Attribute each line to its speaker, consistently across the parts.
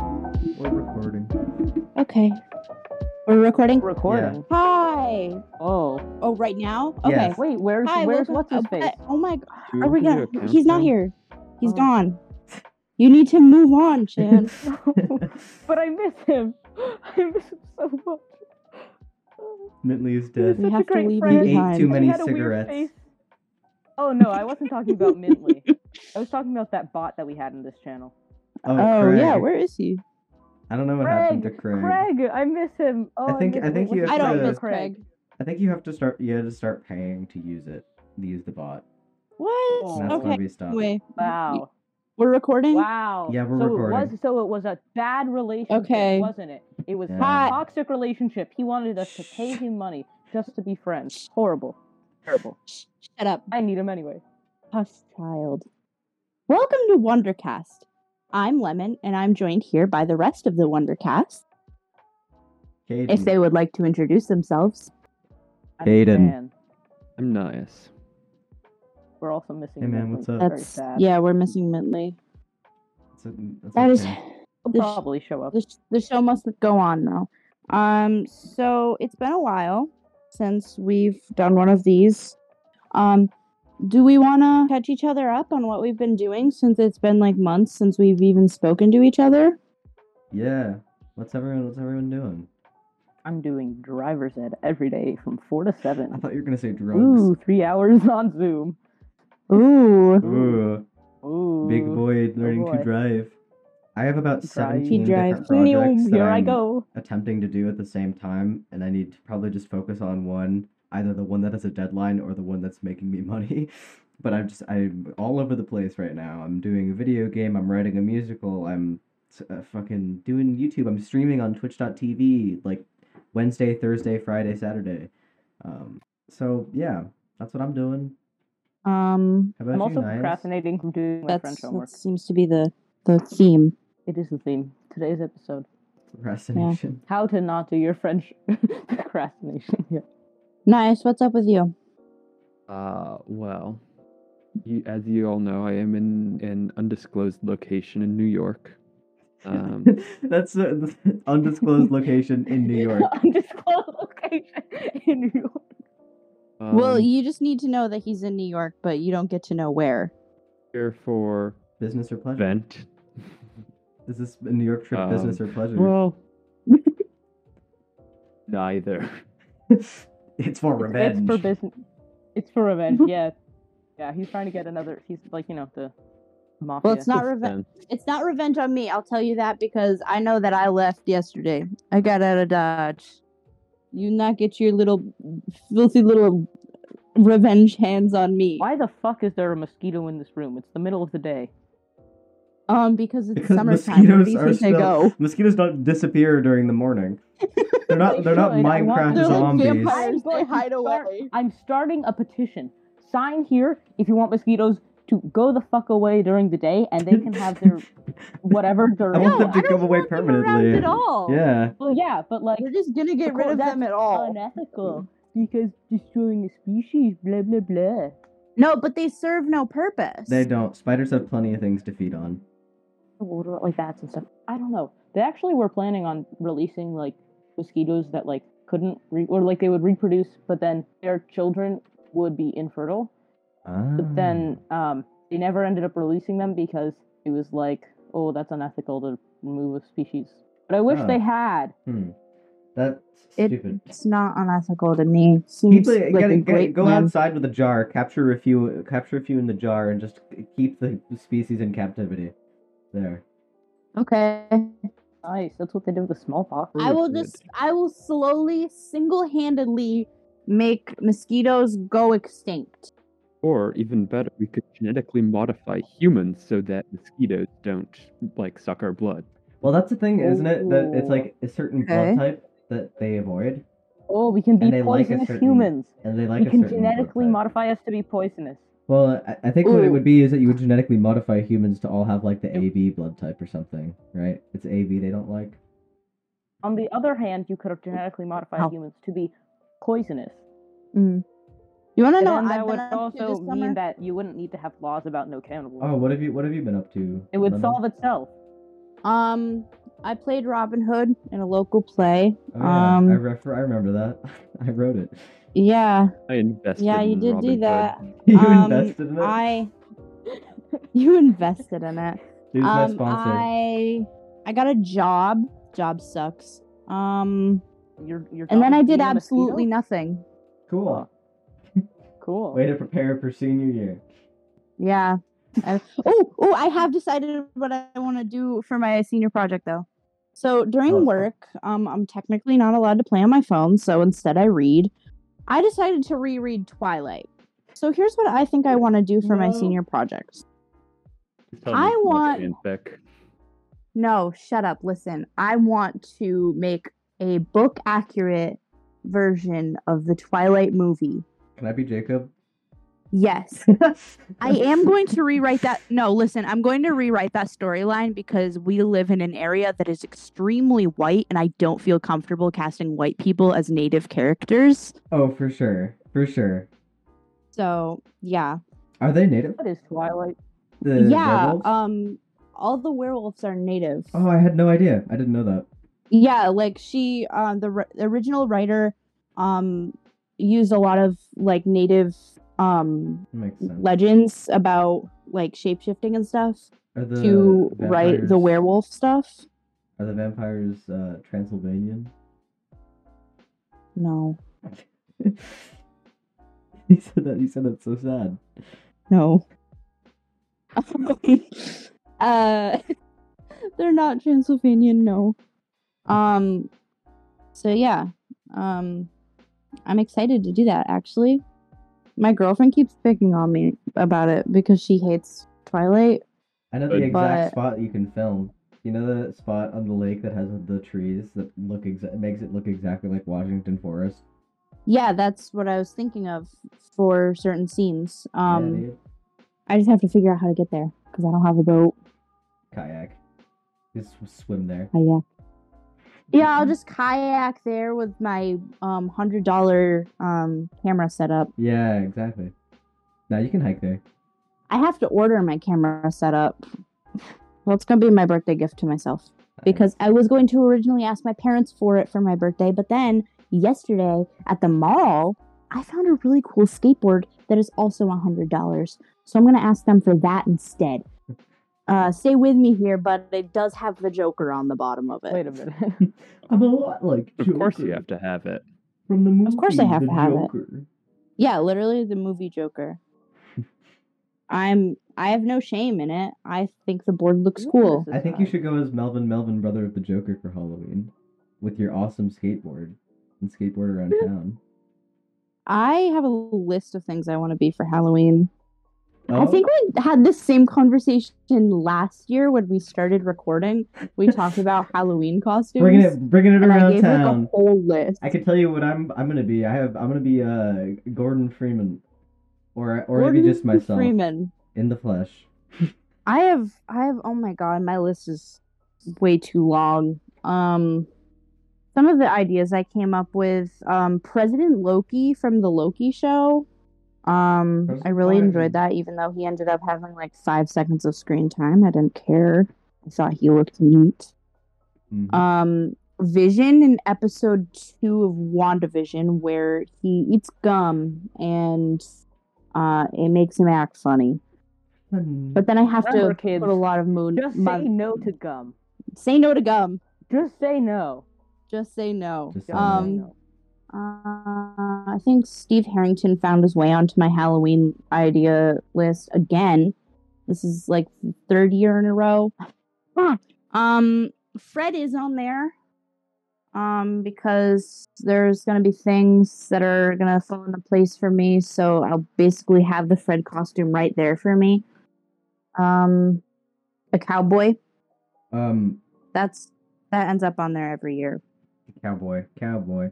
Speaker 1: We're recording.
Speaker 2: Okay. We're recording.
Speaker 3: recording.
Speaker 2: Hi.
Speaker 3: Oh,
Speaker 2: Oh, right now. Okay.
Speaker 1: Yes.
Speaker 3: wait, where's
Speaker 2: Hi.
Speaker 3: where's
Speaker 2: welcome-
Speaker 3: what's his
Speaker 2: oh,
Speaker 3: face?
Speaker 2: but- Oh my. g-
Speaker 1: Do you
Speaker 2: Are we
Speaker 1: wanna do
Speaker 2: gonna?
Speaker 1: a
Speaker 2: He's not
Speaker 1: countdown?
Speaker 2: here. He's
Speaker 3: Oh.
Speaker 2: gone. You need to move on, Chan.
Speaker 3: but I miss him. I miss him so much.
Speaker 1: Mintley is
Speaker 3: He was
Speaker 1: dead.
Speaker 2: We
Speaker 3: such
Speaker 2: have
Speaker 3: a
Speaker 2: to
Speaker 3: great
Speaker 2: leave
Speaker 3: friend.
Speaker 2: you
Speaker 1: He ate too
Speaker 2: behind.
Speaker 1: many
Speaker 3: He had a weird
Speaker 1: cigarettes.
Speaker 3: face. Oh no, I wasn't talking about Mintley. I was talking about that bot that we had in this channel.
Speaker 1: Oh,
Speaker 2: Oh yeah,
Speaker 1: Craig.
Speaker 2: where is he?
Speaker 1: I don't know what happened to Craig.
Speaker 3: Craig, I miss him. Oh,
Speaker 1: think-
Speaker 3: miss-
Speaker 1: I think
Speaker 3: wait,
Speaker 1: you have
Speaker 3: what's
Speaker 2: I
Speaker 1: to-
Speaker 3: his
Speaker 2: don't
Speaker 3: name?
Speaker 2: miss Craig.
Speaker 1: I think you have to start. You have to start paying to use it. To use the bot.
Speaker 2: What?
Speaker 1: And that's why
Speaker 2: okay.
Speaker 1: we stopped.
Speaker 2: Anyway,
Speaker 3: Wow.
Speaker 2: we're recording.
Speaker 3: Wow.
Speaker 1: Yeah, we're
Speaker 3: so It
Speaker 1: recording.
Speaker 3: was, so it was a bad relationship,
Speaker 2: Okay.
Speaker 3: wasn't it? It was
Speaker 1: Yeah.
Speaker 3: a
Speaker 2: Hot.
Speaker 3: toxic relationship. He wanted us to pay him money just to be friends. Horrible. Terrible.
Speaker 2: Shh, Shut up,
Speaker 3: I need him anyway.
Speaker 2: hush, child. Welcome to Wondercast. I'm Lemon, and I'm joined here by the rest of the Wondercast.
Speaker 1: Caden.
Speaker 2: If they would like to introduce themselves.
Speaker 3: I'm a
Speaker 1: Aiden.
Speaker 3: fan.
Speaker 4: I'm nice.
Speaker 3: We're also missing.
Speaker 1: Hey, man,
Speaker 3: Bentley.
Speaker 1: what's up?
Speaker 3: Very
Speaker 2: That's
Speaker 3: sad.
Speaker 2: yeah, we're missing Mintley.
Speaker 1: That's a- that's
Speaker 2: That is.
Speaker 1: okay.
Speaker 3: He'll
Speaker 2: this-
Speaker 3: probably show up.
Speaker 2: the, sh- the show must go on now. Um, so it's been a while since we've done one of these. Um, do we want to catch each other up on what we've been doing since it's been like months since we've even spoken to each other?
Speaker 1: Yeah. What's everyone? What's everyone doing?
Speaker 3: I'm doing driver's ed every day from four to
Speaker 1: I
Speaker 3: seven.
Speaker 1: thought you were gonna say drugs.
Speaker 3: Ooh, three hours on Zoom.
Speaker 2: Ooh,
Speaker 1: Ooh,
Speaker 3: Ooh,
Speaker 1: big boy learning to
Speaker 3: boy.
Speaker 1: drive. I have about
Speaker 3: Drive.
Speaker 1: seventeen
Speaker 2: drives.
Speaker 1: different
Speaker 3: Zoom,
Speaker 1: projects that
Speaker 3: here I
Speaker 1: I'm
Speaker 3: go.
Speaker 1: attempting to do at the same time, and I need to probably just focus on one, either the one that has a deadline or the one that's making me money. But I'm just I'm all over the place right now. I'm doing a video game. I'm writing a musical. I'm s- uh, fucking doing YouTube. I'm streaming on Twitch.tv like Wednesday, Thursday, Friday, Saturday. Um, so yeah, that's what I'm doing.
Speaker 2: um,
Speaker 1: How about
Speaker 3: I'm
Speaker 1: you,
Speaker 3: also
Speaker 1: Nias?
Speaker 3: procrastinating from doing my
Speaker 2: that's
Speaker 3: French homework.
Speaker 2: that seems to be the the theme.
Speaker 3: It is the theme today's episode:
Speaker 1: Procrastination.
Speaker 3: how to not do your French procrastination. Yeah.
Speaker 2: Nice. What's up with you?
Speaker 4: Uh, well, you, as you all know, I am in an undisclosed location in New York. Um,
Speaker 1: that's the the undisclosed location in New York.
Speaker 3: Undisclosed location in New York.
Speaker 2: well,
Speaker 4: um,
Speaker 2: you just need to know that he's in New York, but you don't get to know where.
Speaker 4: here for
Speaker 1: Business or pleasure?
Speaker 4: vent.
Speaker 1: Is this a New York trip business or
Speaker 4: Um,
Speaker 1: pleasure?
Speaker 4: Well, neither.
Speaker 1: it's for revenge.
Speaker 3: It's for business. It's for revenge.
Speaker 2: Mm-hmm.
Speaker 3: Yeah, yeah. He's trying to get another. He's like you know the mafia.
Speaker 2: Well, it's not revenge. It's not revenge on me. I'll tell you that because I know that I left yesterday. I got out of Dodge. You not get your little filthy little revenge hands on me.
Speaker 3: Why the fuck is there a mosquito in this room? It's the middle of the day.
Speaker 2: Um, because it's
Speaker 1: Because
Speaker 2: summertime. Where do you
Speaker 1: mosquitoes are
Speaker 2: think they go?
Speaker 1: Mosquitoes don't disappear during the morning. They're not. They're not
Speaker 3: should. I want-
Speaker 1: Minecraft
Speaker 3: They're like
Speaker 1: zombies.
Speaker 3: vampires. I'm going to start- I'm starting a petition. Sign here if you want mosquitoes to go the fuck away during the day, and they can have their whatever
Speaker 1: I
Speaker 3: during.
Speaker 1: want
Speaker 2: No,
Speaker 1: them to
Speaker 2: I don't
Speaker 1: come away
Speaker 2: want them around
Speaker 1: permanently.
Speaker 2: at all.
Speaker 1: Yeah.
Speaker 3: Well, yeah, but like
Speaker 2: We're just gonna
Speaker 3: Of
Speaker 2: get rid
Speaker 3: course,
Speaker 2: of them
Speaker 3: that's
Speaker 2: at all.
Speaker 3: unethical because destroying the species. Blah blah blah.
Speaker 2: No, but they serve no purpose.
Speaker 1: They don't. Spiders have plenty of things to feed on.
Speaker 3: What about like bats and stuff? I don't know. They actually were planning on releasing like mosquitoes that like couldn't re- or like they would reproduce, but then their children would be infertile.
Speaker 1: Hmm.
Speaker 3: But then um, they never ended up releasing them because it was like, oh, that's unethical to remove a species. But I wish
Speaker 1: Huh.
Speaker 3: they had.
Speaker 1: Ah, hmm. that's
Speaker 2: It-
Speaker 1: stupid.
Speaker 2: It's not unethical to me. Seems
Speaker 1: People
Speaker 2: like a
Speaker 1: get,
Speaker 2: great
Speaker 1: get, go
Speaker 2: plan.
Speaker 1: outside with a jar, capture a few, capture a few in the jar, and just keep the species in captivity. There.
Speaker 2: Okay.
Speaker 3: Nice. That's what they did with the smallpox.
Speaker 2: I will
Speaker 4: Good.
Speaker 2: just I will slowly single-handedly make mosquitoes go extinct.
Speaker 4: Or even better, we could genetically modify humans so that mosquitoes don't like suck our blood.
Speaker 1: Well, that's the thing, isn't it? That it's
Speaker 3: Ooh.
Speaker 1: like a certain
Speaker 2: Okay.
Speaker 1: blood type that they avoid,
Speaker 3: Oh, we can be
Speaker 1: And they like a
Speaker 3: poisonous
Speaker 1: certain-
Speaker 3: humans.
Speaker 1: and they like
Speaker 3: We
Speaker 1: a
Speaker 3: can
Speaker 1: certain blood
Speaker 3: genetically
Speaker 1: type.
Speaker 3: modify us to be poisonous.
Speaker 1: Well, I, I think what it
Speaker 2: Ooh.
Speaker 1: would be is that you would genetically modify humans to all have like the AB blood type or something, right? It's AB they don't like.
Speaker 3: On the other hand, you could genetically modify
Speaker 2: Ow.
Speaker 3: humans to be poisonous.
Speaker 2: You want to
Speaker 3: Mm.
Speaker 2: know?
Speaker 3: And then
Speaker 2: what
Speaker 3: that
Speaker 2: I've
Speaker 3: would
Speaker 2: been up to
Speaker 3: also
Speaker 2: this summer?
Speaker 3: mean that you wouldn't need to have laws about no cannibalism.
Speaker 1: Oh, what have you what have you been up to?
Speaker 3: it would
Speaker 1: Lemon?
Speaker 3: solve itself.
Speaker 2: Um, I played Robin Hood in a local play.
Speaker 1: Oh, yeah. I,
Speaker 2: Um,
Speaker 1: refer- I remember that. I wrote it.
Speaker 2: Yeah,
Speaker 4: I invested.
Speaker 2: yeah, you
Speaker 4: in
Speaker 2: did
Speaker 4: Robin
Speaker 2: do
Speaker 4: Hood.
Speaker 2: that.
Speaker 1: You
Speaker 2: um,
Speaker 1: invested in it?
Speaker 2: I you invested in it.
Speaker 1: Who's my
Speaker 2: um,
Speaker 1: sponsor?
Speaker 2: I I got a job. Job sucks. Um,
Speaker 3: You're, you're
Speaker 2: and then
Speaker 3: talking-
Speaker 2: I did
Speaker 3: being a
Speaker 2: absolutely
Speaker 3: mosquito?
Speaker 2: nothing.
Speaker 1: Cool.
Speaker 3: Cool.
Speaker 1: Way to prepare for senior year.
Speaker 2: Yeah. oh, oh, I have decided what I want to do for my senior project though. So during
Speaker 1: Oh.
Speaker 2: work, um, I'm technically not allowed to play on my phone, so instead I read. I decided to reread Twilight. So here's what I think I want to do for my
Speaker 3: No.
Speaker 2: senior project.
Speaker 4: Just tell me
Speaker 2: I
Speaker 4: it's not
Speaker 2: want-
Speaker 4: fanfic.
Speaker 2: No, shut up. Listen, I want to make a book accurate version of the Twilight movie.
Speaker 1: Can I be Jacob?
Speaker 2: Yes. I am going to rewrite that. No, listen, I'm going to rewrite that storyline because we live in an area that is extremely white, and I don't feel comfortable casting white people as native characters.
Speaker 1: Oh, for sure. For sure.
Speaker 2: So, yeah.
Speaker 1: Are they native?
Speaker 3: What is Twilight?
Speaker 1: The
Speaker 2: yeah.
Speaker 1: werewolves?
Speaker 2: Um, all the werewolves are native.
Speaker 1: oh, I had no idea. I didn't know that.
Speaker 2: yeah like she uh, the ri- the original writer um used a lot of like native um
Speaker 1: Makes sense.
Speaker 2: legends about like shapeshifting and stuff
Speaker 1: Are the
Speaker 2: to write the
Speaker 1: vampires-
Speaker 2: werewolf stuff
Speaker 1: Are the vampires uh, Transylvanian?
Speaker 2: no
Speaker 1: he said that. He said that's so sad.
Speaker 2: no uh they're not transylvanian no um so yeah um i'm excited to do that actually my girlfriend keeps picking on me about it because she hates twilight
Speaker 1: I know the
Speaker 4: Good.
Speaker 1: exact
Speaker 2: But-
Speaker 1: spot you can film. You know the spot on the lake that has the trees that look exa- makes it look exactly like Washington Forest.
Speaker 2: yeah that's what i was thinking of for certain scenes
Speaker 1: Yeah,
Speaker 2: um
Speaker 1: dude.
Speaker 2: i just have to figure out how to get there because i don't have a boat
Speaker 1: kayak. Just sw- swim there.
Speaker 2: kayak yeah i'll just kayak there with my um hundred dollar um camera setup
Speaker 1: Yeah, exactly. Now you can hike there.
Speaker 2: i have to order my camera setup well it's gonna be my birthday gift to myself because I was going to originally ask my parents for it for my birthday, but then yesterday at the mall, I found a really cool skateboard that is also $100. So I'm going to ask them for that instead. Uh, stay with me here, but it does have the Joker on the bottom of it.
Speaker 3: Wait a minute.
Speaker 1: I'm a lot like.
Speaker 4: Of course, you
Speaker 1: Joker
Speaker 4: have to have it.
Speaker 1: From the movie.
Speaker 2: Of course I have
Speaker 1: The
Speaker 2: to have it.
Speaker 1: Joker.
Speaker 2: Yeah, literally the movie Joker. I'm I have no shame in it. I think the board looks
Speaker 3: Look at
Speaker 2: cool.
Speaker 3: this
Speaker 1: I think you
Speaker 3: design.
Speaker 1: should go as Melvin Melvin, brother of the Joker, for Halloween, with your awesome skateboard and skateboard around town.
Speaker 2: I have a list of things I want to be for Halloween. I
Speaker 1: Oh,
Speaker 2: think we had this same conversation last year when we started recording. We talked about Halloween costumes.
Speaker 1: bringing it, bringing it
Speaker 2: and I
Speaker 1: around
Speaker 2: gave like a
Speaker 1: town.
Speaker 2: whole list.
Speaker 1: I can tell you what I'm I'm gonna be. I have I'm gonna be uh Gordon Freeman, or or
Speaker 2: Gordon
Speaker 1: maybe just myself
Speaker 2: Freeman.
Speaker 1: in the flesh.
Speaker 2: I have I have oh my god, my list is way too long. Um some of the ideas I came up with um President Loki from the Loki show. Um I
Speaker 1: President
Speaker 2: really enjoyed
Speaker 1: Loki.
Speaker 2: that even though he ended up having like 5 seconds of screen time. I didn't care. I thought he looked neat.
Speaker 1: Mhm.
Speaker 2: um Vision in episode two of WandaVision where he eats gum and uh it makes him act funny.
Speaker 1: Hmm.
Speaker 2: But then I have
Speaker 3: Remember,
Speaker 2: to
Speaker 3: kids,
Speaker 2: put a lot of moon
Speaker 3: Just
Speaker 2: mon-
Speaker 3: say no to gum.
Speaker 2: say no to gum.
Speaker 3: Just say no.
Speaker 2: Just say no.
Speaker 1: Just say no.
Speaker 2: um
Speaker 3: no.
Speaker 2: uh, I think Steve Harrington found his way onto my Halloween idea list again. This is like the third year in a row. um, Fred is on there. Um, because there's gonna be things that are gonna fall into place for me, so I'll basically have the Fred costume right there for me. Um, a cowboy.
Speaker 1: um
Speaker 2: That's that ends up on there every year.
Speaker 1: cowboy cowboy.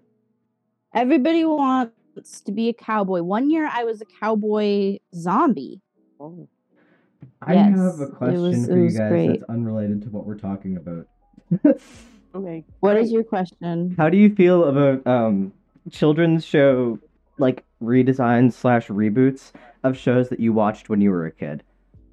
Speaker 2: Everybody wants to be a cowboy. One year I was a cowboy zombie.
Speaker 3: Oh.
Speaker 1: I
Speaker 2: Yes,
Speaker 1: have a
Speaker 2: it
Speaker 1: question
Speaker 2: was-
Speaker 1: for
Speaker 2: it
Speaker 1: you
Speaker 2: was
Speaker 1: guys
Speaker 2: great.
Speaker 1: that's unrelated to what we're talking about.
Speaker 3: Okay.
Speaker 2: What is
Speaker 3: great.
Speaker 2: your question?
Speaker 5: How do you feel about um children's show like redesigns slash reboots of shows that you watched when you were a kid?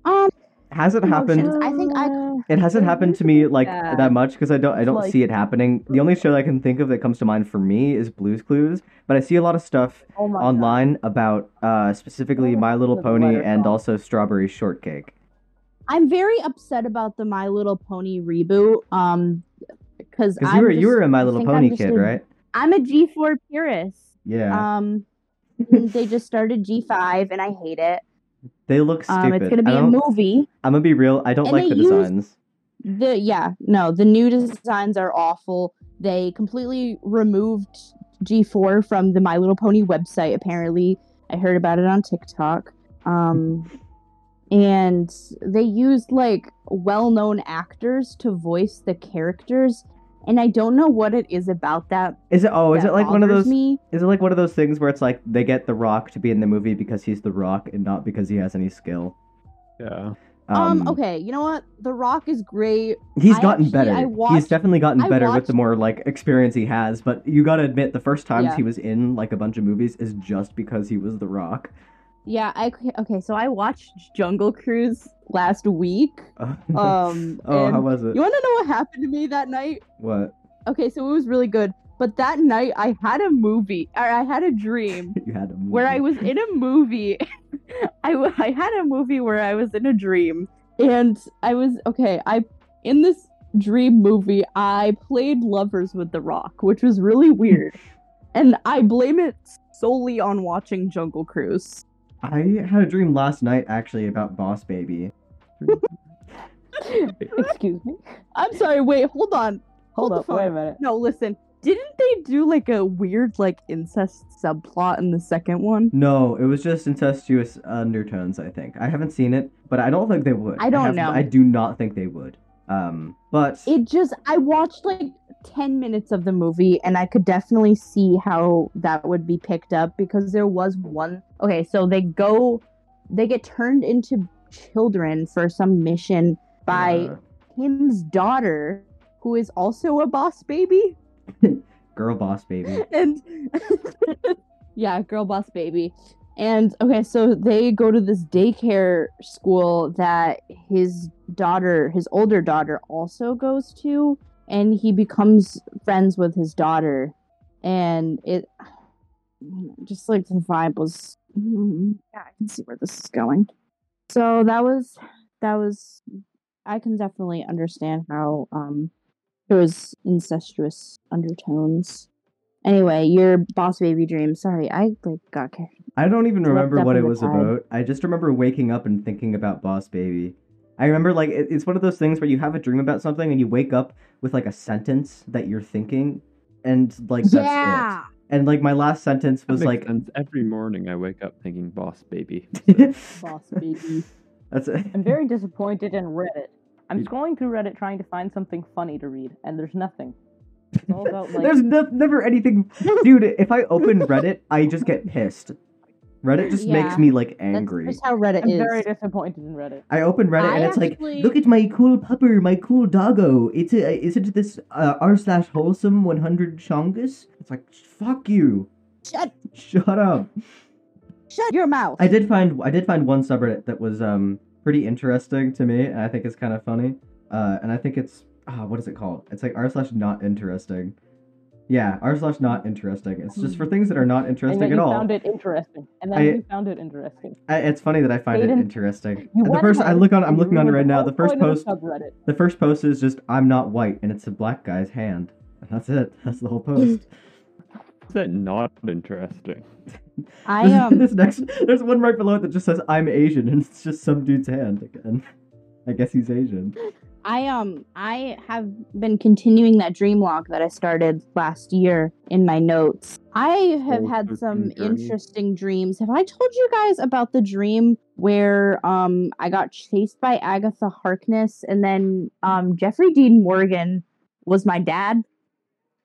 Speaker 2: Um,
Speaker 1: hasn't happened. Uh.
Speaker 2: Emotions. I think I-
Speaker 1: It hasn't happened to me like
Speaker 2: Yeah.
Speaker 1: that much because I don't I
Speaker 3: It's
Speaker 1: don't
Speaker 3: like-
Speaker 1: see it happening. The only show I can think of that comes to mind for me is Blue's Clues, but I see a lot of stuff
Speaker 3: Oh my God.
Speaker 1: online about uh, specifically
Speaker 3: Oh,
Speaker 1: My Little
Speaker 3: the
Speaker 1: Pony
Speaker 3: letter
Speaker 1: and
Speaker 3: song.
Speaker 1: also Strawberry Shortcake.
Speaker 2: I'm very upset about the My Little Pony reboot. Um, because
Speaker 1: Because you were you were a My Little Pony kid, right?
Speaker 2: I'm a G4 purist.
Speaker 1: Yeah,
Speaker 2: Um, and they just started G5, and I hate it.
Speaker 1: they look stupid.
Speaker 2: Um, it's gonna be
Speaker 1: I
Speaker 2: a
Speaker 1: don't-
Speaker 2: movie.
Speaker 1: I'm gonna be real. I don't
Speaker 2: And
Speaker 1: like
Speaker 2: they
Speaker 1: the
Speaker 2: use-
Speaker 1: designs.
Speaker 2: The yeah, no, the new designs are awful. They completely removed G4 from the My Little Pony website. Apparently, I heard about it on TikTok. Um, and they used like well-known actors to voice the characters, and I don't know what it is about that.
Speaker 1: Is it? Oh, is
Speaker 2: that
Speaker 1: it like one of
Speaker 2: bothers
Speaker 1: those?
Speaker 2: Me.
Speaker 1: Is it like one of those things where it's like they get The Rock to be in the movie because he's The Rock and not because he has any skill?
Speaker 4: Yeah.
Speaker 2: Um, okay, you know what? The Rock is great.
Speaker 1: He's
Speaker 2: I
Speaker 1: gotten
Speaker 2: actually-
Speaker 1: better.
Speaker 2: I
Speaker 1: he's
Speaker 2: watched-
Speaker 1: definitely gotten
Speaker 2: I
Speaker 1: better with
Speaker 2: watched-
Speaker 1: the more like experience he has. But you gotta admit, the first times
Speaker 2: Yeah.
Speaker 1: he was in like a bunch of movies is just because he was The Rock.
Speaker 2: Yeah, I okay. So I watched Jungle Cruise last week. Um,
Speaker 1: oh,
Speaker 2: and
Speaker 1: how was it?
Speaker 2: You want to know what happened to me that night?
Speaker 1: What
Speaker 2: Okay, so it was really good, but that night I had a movie, or I had a dream
Speaker 1: you had him.
Speaker 2: where I was in a movie. I, w- I had a movie where I was in a dream, and I was okay. I in this dream movie, I played lovers with The Rock, which was really weird, and I blame it solely on watching Jungle Cruise.
Speaker 1: I had a dream last night actually about Boss Baby.
Speaker 3: Excuse me.
Speaker 2: I'm sorry. Wait, hold on.
Speaker 3: Hold
Speaker 2: the
Speaker 3: up. Wait a
Speaker 2: phone.
Speaker 3: minute.
Speaker 2: No, listen. Didn't they do like a weird like incest subplot in the second one?
Speaker 1: No, it was just incestuous undertones. I think I haven't seen it, but I don't think they would.
Speaker 2: I don't
Speaker 1: have-
Speaker 2: know.
Speaker 1: I do not think they would. Um, but
Speaker 2: It just I watched like 10 minutes of the movie and I could definitely see how that would be picked up because there was one Okay, so they go they get turned into children for some mission by
Speaker 1: uh,
Speaker 2: Kim's daughter who is also a boss baby
Speaker 1: girl boss baby.
Speaker 2: and yeah, girl boss baby. And okay, so they go to this daycare school that his daughter, his older daughter, also goes to, and he becomes friends with his daughter, and it just like the vibe was. mm-hmm. Yeah, I can see where this is going. So that was that was. I can definitely understand how um there was incestuous undertones. Anyway, your boss baby dream. Sorry, I like got ca-
Speaker 1: I don't even
Speaker 2: Slept
Speaker 1: remember
Speaker 2: up
Speaker 1: what
Speaker 2: in
Speaker 1: it
Speaker 2: the
Speaker 1: was
Speaker 2: tide.
Speaker 1: about. I just remember waking up and thinking about Boss Baby. I remember like it- it's one of those things where you have a dream about something and you wake up with like a sentence that you're thinking, and like that's it.
Speaker 2: yeah.
Speaker 1: And like my last sentence was like,
Speaker 4: and every morning I wake up thinking boss baby.
Speaker 3: Boss baby.
Speaker 1: that's it.
Speaker 3: I'm very disappointed in Reddit. I'm
Speaker 4: You-
Speaker 3: scrolling through Reddit trying to find something funny to read, and there's nothing. It's all about like
Speaker 1: There's no, never anything, dude. If I open Reddit, I just get pissed. Reddit just makes
Speaker 2: Yeah.
Speaker 1: me like
Speaker 2: That's
Speaker 1: angry.
Speaker 2: just how Reddit
Speaker 3: I'm
Speaker 2: is.
Speaker 3: very disappointed in Reddit.
Speaker 1: I open Reddit
Speaker 2: I
Speaker 1: and it's
Speaker 2: actually-
Speaker 1: like, look at my cool pupper, my cool doggo. It's a, isn't this uh, r slash wholesome 100 chongus? It's like, fuck you.
Speaker 2: Shut,
Speaker 1: Shut up.
Speaker 2: shut your mouth.
Speaker 1: I did find I did find one subreddit that was um pretty interesting to me, and I think it's kind of funny. Uh, and I think it's ah what is it called? It's like r slash not interesting. Yeah, r slash not interesting. It's just for things that are not
Speaker 3: And then
Speaker 1: interesting
Speaker 3: you
Speaker 1: at all.
Speaker 3: found it interesting. And then
Speaker 1: I-
Speaker 3: you found it interesting.
Speaker 1: I, it's funny that I find it
Speaker 3: Aiden,
Speaker 1: interesting.
Speaker 3: You
Speaker 1: The
Speaker 3: went
Speaker 1: first I
Speaker 3: home
Speaker 1: look on, I'm
Speaker 3: and you
Speaker 1: looking on it
Speaker 3: ruined
Speaker 1: right now.
Speaker 3: all
Speaker 1: The first
Speaker 3: point of
Speaker 1: post,
Speaker 3: subreddit.
Speaker 1: the first post is just I'm not white, and it's a black guy's hand. And that's it. That's the whole post.
Speaker 4: Is that not interesting?
Speaker 2: I um,
Speaker 1: this next, there's one right below it that just says I'm Asian, and it's just some dude's hand again. I guess he's Asian.
Speaker 2: I um, I have been continuing that dream log that I started last year in my notes. I
Speaker 1: Oh,
Speaker 2: have
Speaker 4: Old
Speaker 2: had
Speaker 4: dream
Speaker 2: some
Speaker 4: journey.
Speaker 2: interesting dreams. Have I told you guys about the dream where um, I got chased by Agatha Harkness, and then um, Jeffrey Dean Morgan was my dad?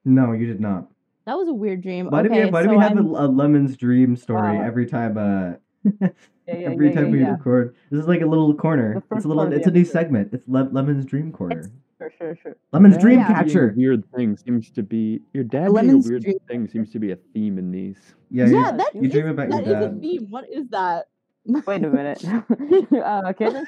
Speaker 1: No, you did not.
Speaker 2: That was a weird dream.
Speaker 1: Why do
Speaker 2: okay,
Speaker 1: we have, why do
Speaker 2: so
Speaker 1: we have a,
Speaker 2: I'm-
Speaker 1: a lemon's dream story
Speaker 3: Wow.
Speaker 1: every time uh
Speaker 3: Yeah, yeah,
Speaker 1: every
Speaker 3: yeah,
Speaker 1: time
Speaker 3: yeah,
Speaker 1: we
Speaker 3: yeah,
Speaker 1: record? This is like a little corner.
Speaker 3: The
Speaker 1: It's
Speaker 3: first
Speaker 1: a little
Speaker 3: part of the
Speaker 1: it's a new
Speaker 3: episode.
Speaker 1: segment. It's Le- lemon's dream corner.
Speaker 3: Sure, sure, sure.
Speaker 1: lemon's
Speaker 4: Dad
Speaker 1: dream
Speaker 4: doing
Speaker 1: catcher.
Speaker 4: Weird thing seems to be your dad doing a
Speaker 2: Lemon's
Speaker 4: weird
Speaker 2: dream
Speaker 4: thing seems to be a theme in these.
Speaker 1: Yeah,
Speaker 2: yeah,
Speaker 1: you-
Speaker 3: yeah,
Speaker 2: that
Speaker 3: you
Speaker 2: is-
Speaker 1: dream about your
Speaker 2: that is a
Speaker 1: dad.
Speaker 2: theme. What is that?
Speaker 3: Wait a minute. uh, Kaden?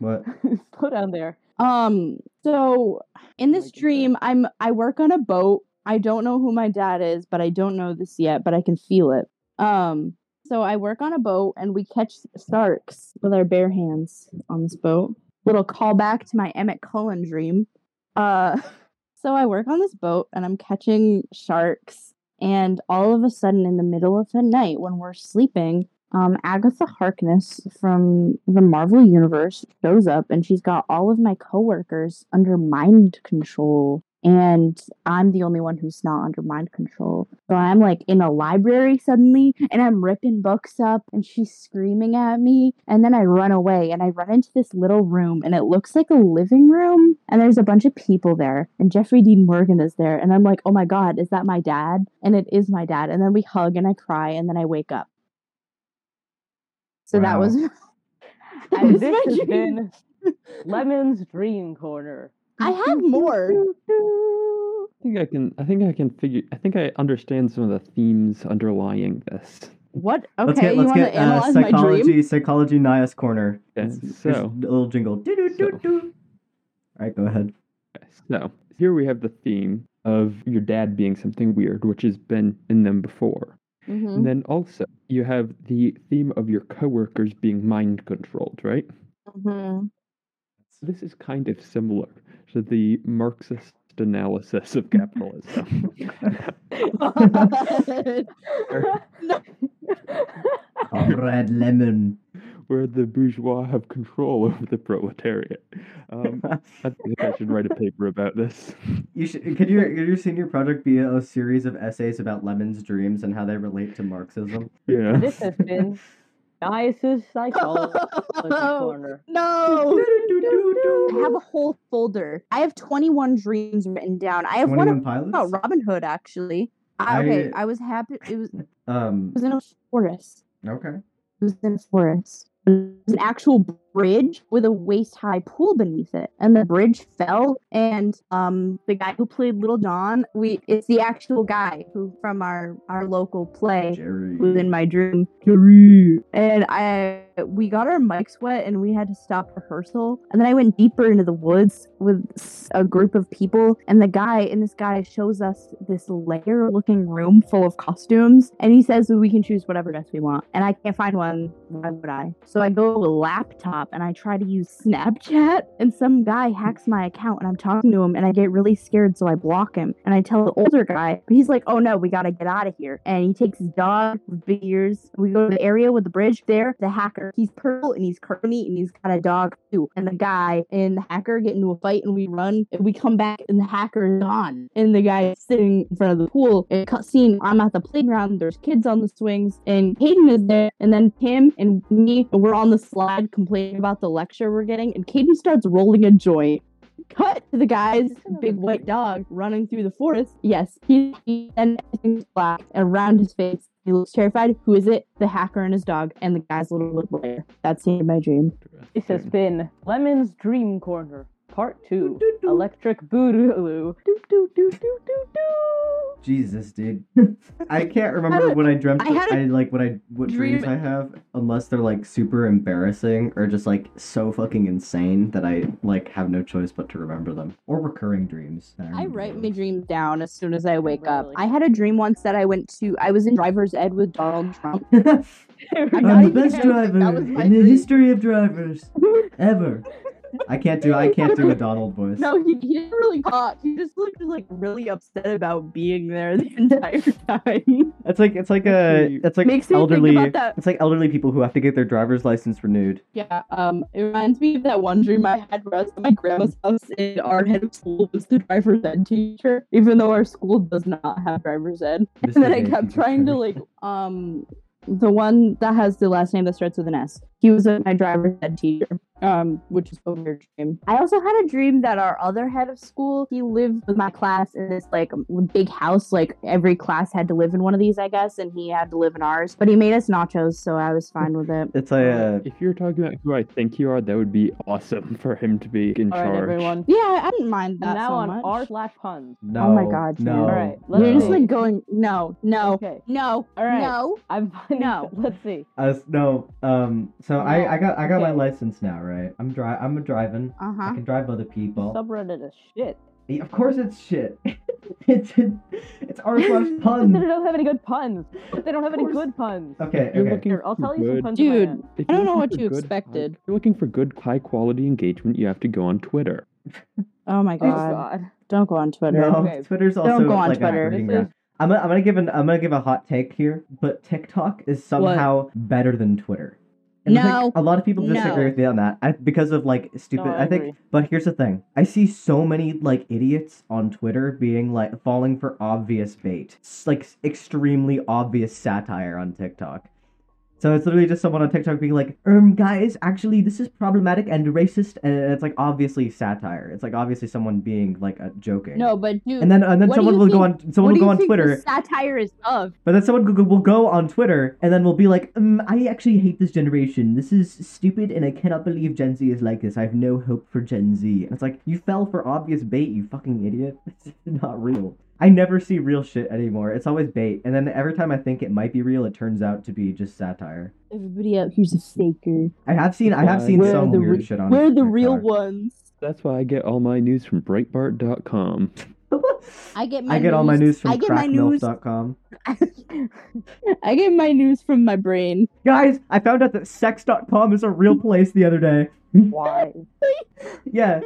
Speaker 1: What?
Speaker 3: Slow down there.
Speaker 2: Um, so in
Speaker 3: Like
Speaker 2: this
Speaker 3: you said.
Speaker 2: dream, I'm I work on a boat. I don't know who my dad is, but I don't know this yet, but I can feel it. Um, so I work on a boat and we catch sharks with our bare hands on this boat. Little callback to my Emmett Cullen dream. Uh so I work on this boat and I'm catching sharks and all of a sudden in the middle of the night when we're sleeping, um, Agatha Harkness from the Marvel Universe shows up and she's got all of my coworkers under mind control. And I'm the only one who's not under mind control. So I'm like in a library suddenly and I'm ripping books up and she's screaming at me. And then I run away and I run into this little room and it looks like a living room. And there's a bunch of people there. And Jeffrey Dean Morgan is there. And I'm like, oh my God, is that my dad? And it is my dad. And then we hug and I cry and then I wake up. So that
Speaker 1: Wow.
Speaker 2: was that
Speaker 3: And
Speaker 2: was
Speaker 3: this
Speaker 2: my
Speaker 3: has
Speaker 2: dream.
Speaker 3: been Lemon's Dream Corner.
Speaker 2: I have more.
Speaker 4: I think I can. I think I can figure. I think I understand some of the themes underlying this.
Speaker 2: What? Okay,
Speaker 1: let's get
Speaker 2: you
Speaker 1: let's
Speaker 2: want
Speaker 1: get uh,
Speaker 2: to analyze my
Speaker 1: psychology
Speaker 2: dream?
Speaker 1: psychology Nias corner.
Speaker 4: Okay,
Speaker 1: It's- it's
Speaker 4: so-
Speaker 1: a little jingle. All right, go ahead.
Speaker 4: Okay, so here we have the theme of your dad being something weird, which has been in them before.
Speaker 2: Mhm.
Speaker 4: And
Speaker 1: Mm-hmm.
Speaker 4: then also you have the theme of your coworkers being mind controlled, right?
Speaker 1: Mm-hmm.
Speaker 2: Mhm.
Speaker 4: This is kind of similar to the Marxist analysis of capitalism.
Speaker 1: Comrade Lemon.
Speaker 4: where the bourgeois have control over the proletariat. Um, I think I should write a paper about this.
Speaker 1: You should. Could your could your senior project be a series of essays about Lemon's dreams and how they relate to Marxism?
Speaker 4: Yeah.
Speaker 3: this has been Nias's Psychology Corner.
Speaker 2: no. I
Speaker 1: Do-do-do-do-do.
Speaker 2: have a whole folder. I have 21 dreams written down. I have one
Speaker 1: Twenty-one
Speaker 2: about
Speaker 1: pilots.
Speaker 2: Robin Hood actually. I, okay,
Speaker 1: I-
Speaker 2: I was happy. It was, it
Speaker 1: Um.
Speaker 2: was in a forest.
Speaker 1: Okay.
Speaker 2: It was in a forest. It was an actual bridge with a waist-high pool beneath it, and the bridge fell. And um, the guy who played Little John, we it's the actual guy who from our our local play
Speaker 1: Jerry.
Speaker 2: was in my dream. And I we got our mics wet and we had to stop rehearsal. And then I went deeper into the woods with s- a group of people and the guy and this guy shows us this layer looking room full of costumes and he says that we can choose whatever dress we want. And I can't find one, why would I? So I go to a laptop and I try to use Snapchat and some guy hacks my account and I'm talking to him and I get really scared so I block him and I tell the older guy, but he's like, "Oh no, we got to get out of here." And he takes his dog with big ears. We go to the area with the bridge there. The hacker, he's purple and he's curly and he's got a dog too. And the guy and the hacker get into a fight and we run and we come back and the hacker is gone. And the guy is sitting in front of the pool. And cutscene, I'm at the playground. There's kids on the swings and Caden is there. And then Tim and me, we're on the slide complaining about the lecture we're getting. And Caden starts rolling a joint. Cut to the guy's
Speaker 3: Isn't that
Speaker 2: big
Speaker 3: amazing?
Speaker 2: white dog running through the forest. Yes, he, he and everything's black and around his face. He looks terrified. Who is it? The hacker and his dog, and the guy's little little lair. That's the end of my dream.
Speaker 3: This has
Speaker 4: Interesting.
Speaker 3: been Lemon's Dream Corner, Part 2 Electric Boogaloo. Do, do, do, do, do, do.
Speaker 1: Jesus, dude. I can't remember what I dreamt.
Speaker 2: I had a
Speaker 1: I like what I what
Speaker 2: dream-
Speaker 1: dreams I have, unless they're like super embarrassing or just like so fucking insane that I like have no choice but to remember them or recurring dreams. that
Speaker 2: I
Speaker 1: remember
Speaker 2: write
Speaker 1: those.
Speaker 2: my dreams down as soon as I wake up.
Speaker 3: Really?
Speaker 2: I had a dream once that I went to. I was in driver's ed with Donald Trump. I'm
Speaker 1: I'm the best driver
Speaker 2: That was
Speaker 1: in
Speaker 2: my
Speaker 1: the
Speaker 2: dream.
Speaker 1: history of drivers ever. I can't do I can't do a Donald voice.
Speaker 2: No, he, he didn't really talk. He just looked like really upset about being there the entire time.
Speaker 5: It's like it's like
Speaker 4: Actually,
Speaker 5: a it's like
Speaker 2: Makes me
Speaker 5: elderly
Speaker 2: think about that
Speaker 5: it's like elderly people who have to get their driver's license renewed.
Speaker 2: Yeah, um, it reminds me of that one dream I had where I was at my grandma's house and our head of school was the driver's ed teacher, even though our school does not have driver's ed.
Speaker 1: Mr.
Speaker 2: And then I
Speaker 1: Day
Speaker 2: kept
Speaker 1: teacher.
Speaker 2: trying to like um the one that has the last name that starts with an S. He was uh, my driver's ed teacher, um, which is a weird dream. I also had a dream that our other head of school, he lived with my class in this like big house. Like every class had to live in one of these, I guess, and he had to live in ours. But he made us nachos, so I was fine with it.
Speaker 5: It's a uh,
Speaker 4: If you're talking about who I think you are, that would be awesome for him to be in
Speaker 3: All
Speaker 4: charge.
Speaker 3: right, everyone.
Speaker 2: Yeah, I didn't mind that.
Speaker 3: now
Speaker 2: so
Speaker 3: on
Speaker 2: much.
Speaker 3: r slash puns.
Speaker 1: No.
Speaker 2: Oh my God, dude.
Speaker 1: No.
Speaker 3: Alright, let's
Speaker 2: You're
Speaker 1: no.
Speaker 2: just like going, no, no,
Speaker 3: Okay,
Speaker 2: no,
Speaker 3: All right.
Speaker 2: no.
Speaker 3: I'm finding.
Speaker 2: No.
Speaker 3: Let's see.
Speaker 1: I was- no. Um. So So I, I
Speaker 3: No,
Speaker 1: got I got my
Speaker 3: okay.
Speaker 1: license now, right? I'm dri I'm a driving.
Speaker 2: Uh
Speaker 1: I
Speaker 2: huh.
Speaker 1: can drive other people.
Speaker 3: Subreddit is shit.
Speaker 1: Yeah, Of course, it's shit. it's it's r slash
Speaker 3: But They
Speaker 1: pun.
Speaker 3: don't have any good puns. They don't have any
Speaker 1: Of Um, course.
Speaker 3: good puns.
Speaker 1: Okay,
Speaker 4: You're
Speaker 1: okay.
Speaker 4: looking
Speaker 3: Here, I'll
Speaker 4: for
Speaker 3: tell you some
Speaker 4: good-
Speaker 3: puns.
Speaker 2: Dude.
Speaker 3: Dude.
Speaker 4: if
Speaker 2: I don't
Speaker 4: you're
Speaker 2: know
Speaker 4: looking
Speaker 2: what
Speaker 4: for
Speaker 2: you
Speaker 4: good-
Speaker 2: expected.
Speaker 4: if you're looking for good, high quality engagement, you have to go on Twitter.
Speaker 2: Oh my
Speaker 3: Oh
Speaker 2: god.
Speaker 3: God.
Speaker 2: Don't go on Twitter.
Speaker 1: No,
Speaker 3: Okay.
Speaker 1: Twitter's also
Speaker 2: go on
Speaker 1: like
Speaker 2: Twitter.
Speaker 1: a breeding
Speaker 3: This
Speaker 1: ground.
Speaker 3: is
Speaker 1: I'm gonna, I'm gonna give an I'm gonna give a hot take here, but TikTok is somehow better than Twitter. I think
Speaker 2: No.
Speaker 1: a lot of people disagree
Speaker 2: No.
Speaker 1: with me on that I, because of like stupid.
Speaker 3: No, I
Speaker 1: I, think,
Speaker 3: agree.
Speaker 1: but here's the thing: I see so many like idiots on Twitter being like falling for obvious bait, s- like s- extremely obvious satire on TikTok. So it's literally just someone on TikTok being like, "Um, guys, actually, this is problematic and racist," and it's like obviously satire. It's like obviously someone being like uh, joking.
Speaker 2: No, but dude.
Speaker 1: And then and then
Speaker 2: what do
Speaker 1: someone
Speaker 2: you
Speaker 1: will go
Speaker 2: think-
Speaker 1: on someone will
Speaker 2: what do
Speaker 1: go
Speaker 2: you
Speaker 1: on
Speaker 2: think
Speaker 1: Twitter
Speaker 2: this satire is of.
Speaker 1: but then someone Google will go on Twitter and then will be like, um, I actually hate this generation. This is stupid and I cannot believe Gen Z is like this. I have no hope for Gen Z. And it's like, you fell for obvious bait, you fucking idiot. This is not real. I never see real shit anymore. It's always bait. And then every time I think it might be real, it turns out to be just satire.
Speaker 2: Everybody out here's a faker.
Speaker 1: I have seen I have seen
Speaker 4: Where
Speaker 1: some
Speaker 2: the
Speaker 1: weird
Speaker 4: re-
Speaker 1: shit on
Speaker 2: We're the real
Speaker 1: TikTok.
Speaker 2: ones.
Speaker 4: That's why I get all my news from Breitbart.com.
Speaker 2: I get my
Speaker 1: I get all my news from
Speaker 2: I get my news.
Speaker 1: crackmilf.com.
Speaker 2: I get my news from my brain.
Speaker 1: Guys, I found out that sex.com is a real place the other day.
Speaker 3: why.
Speaker 1: Yeah,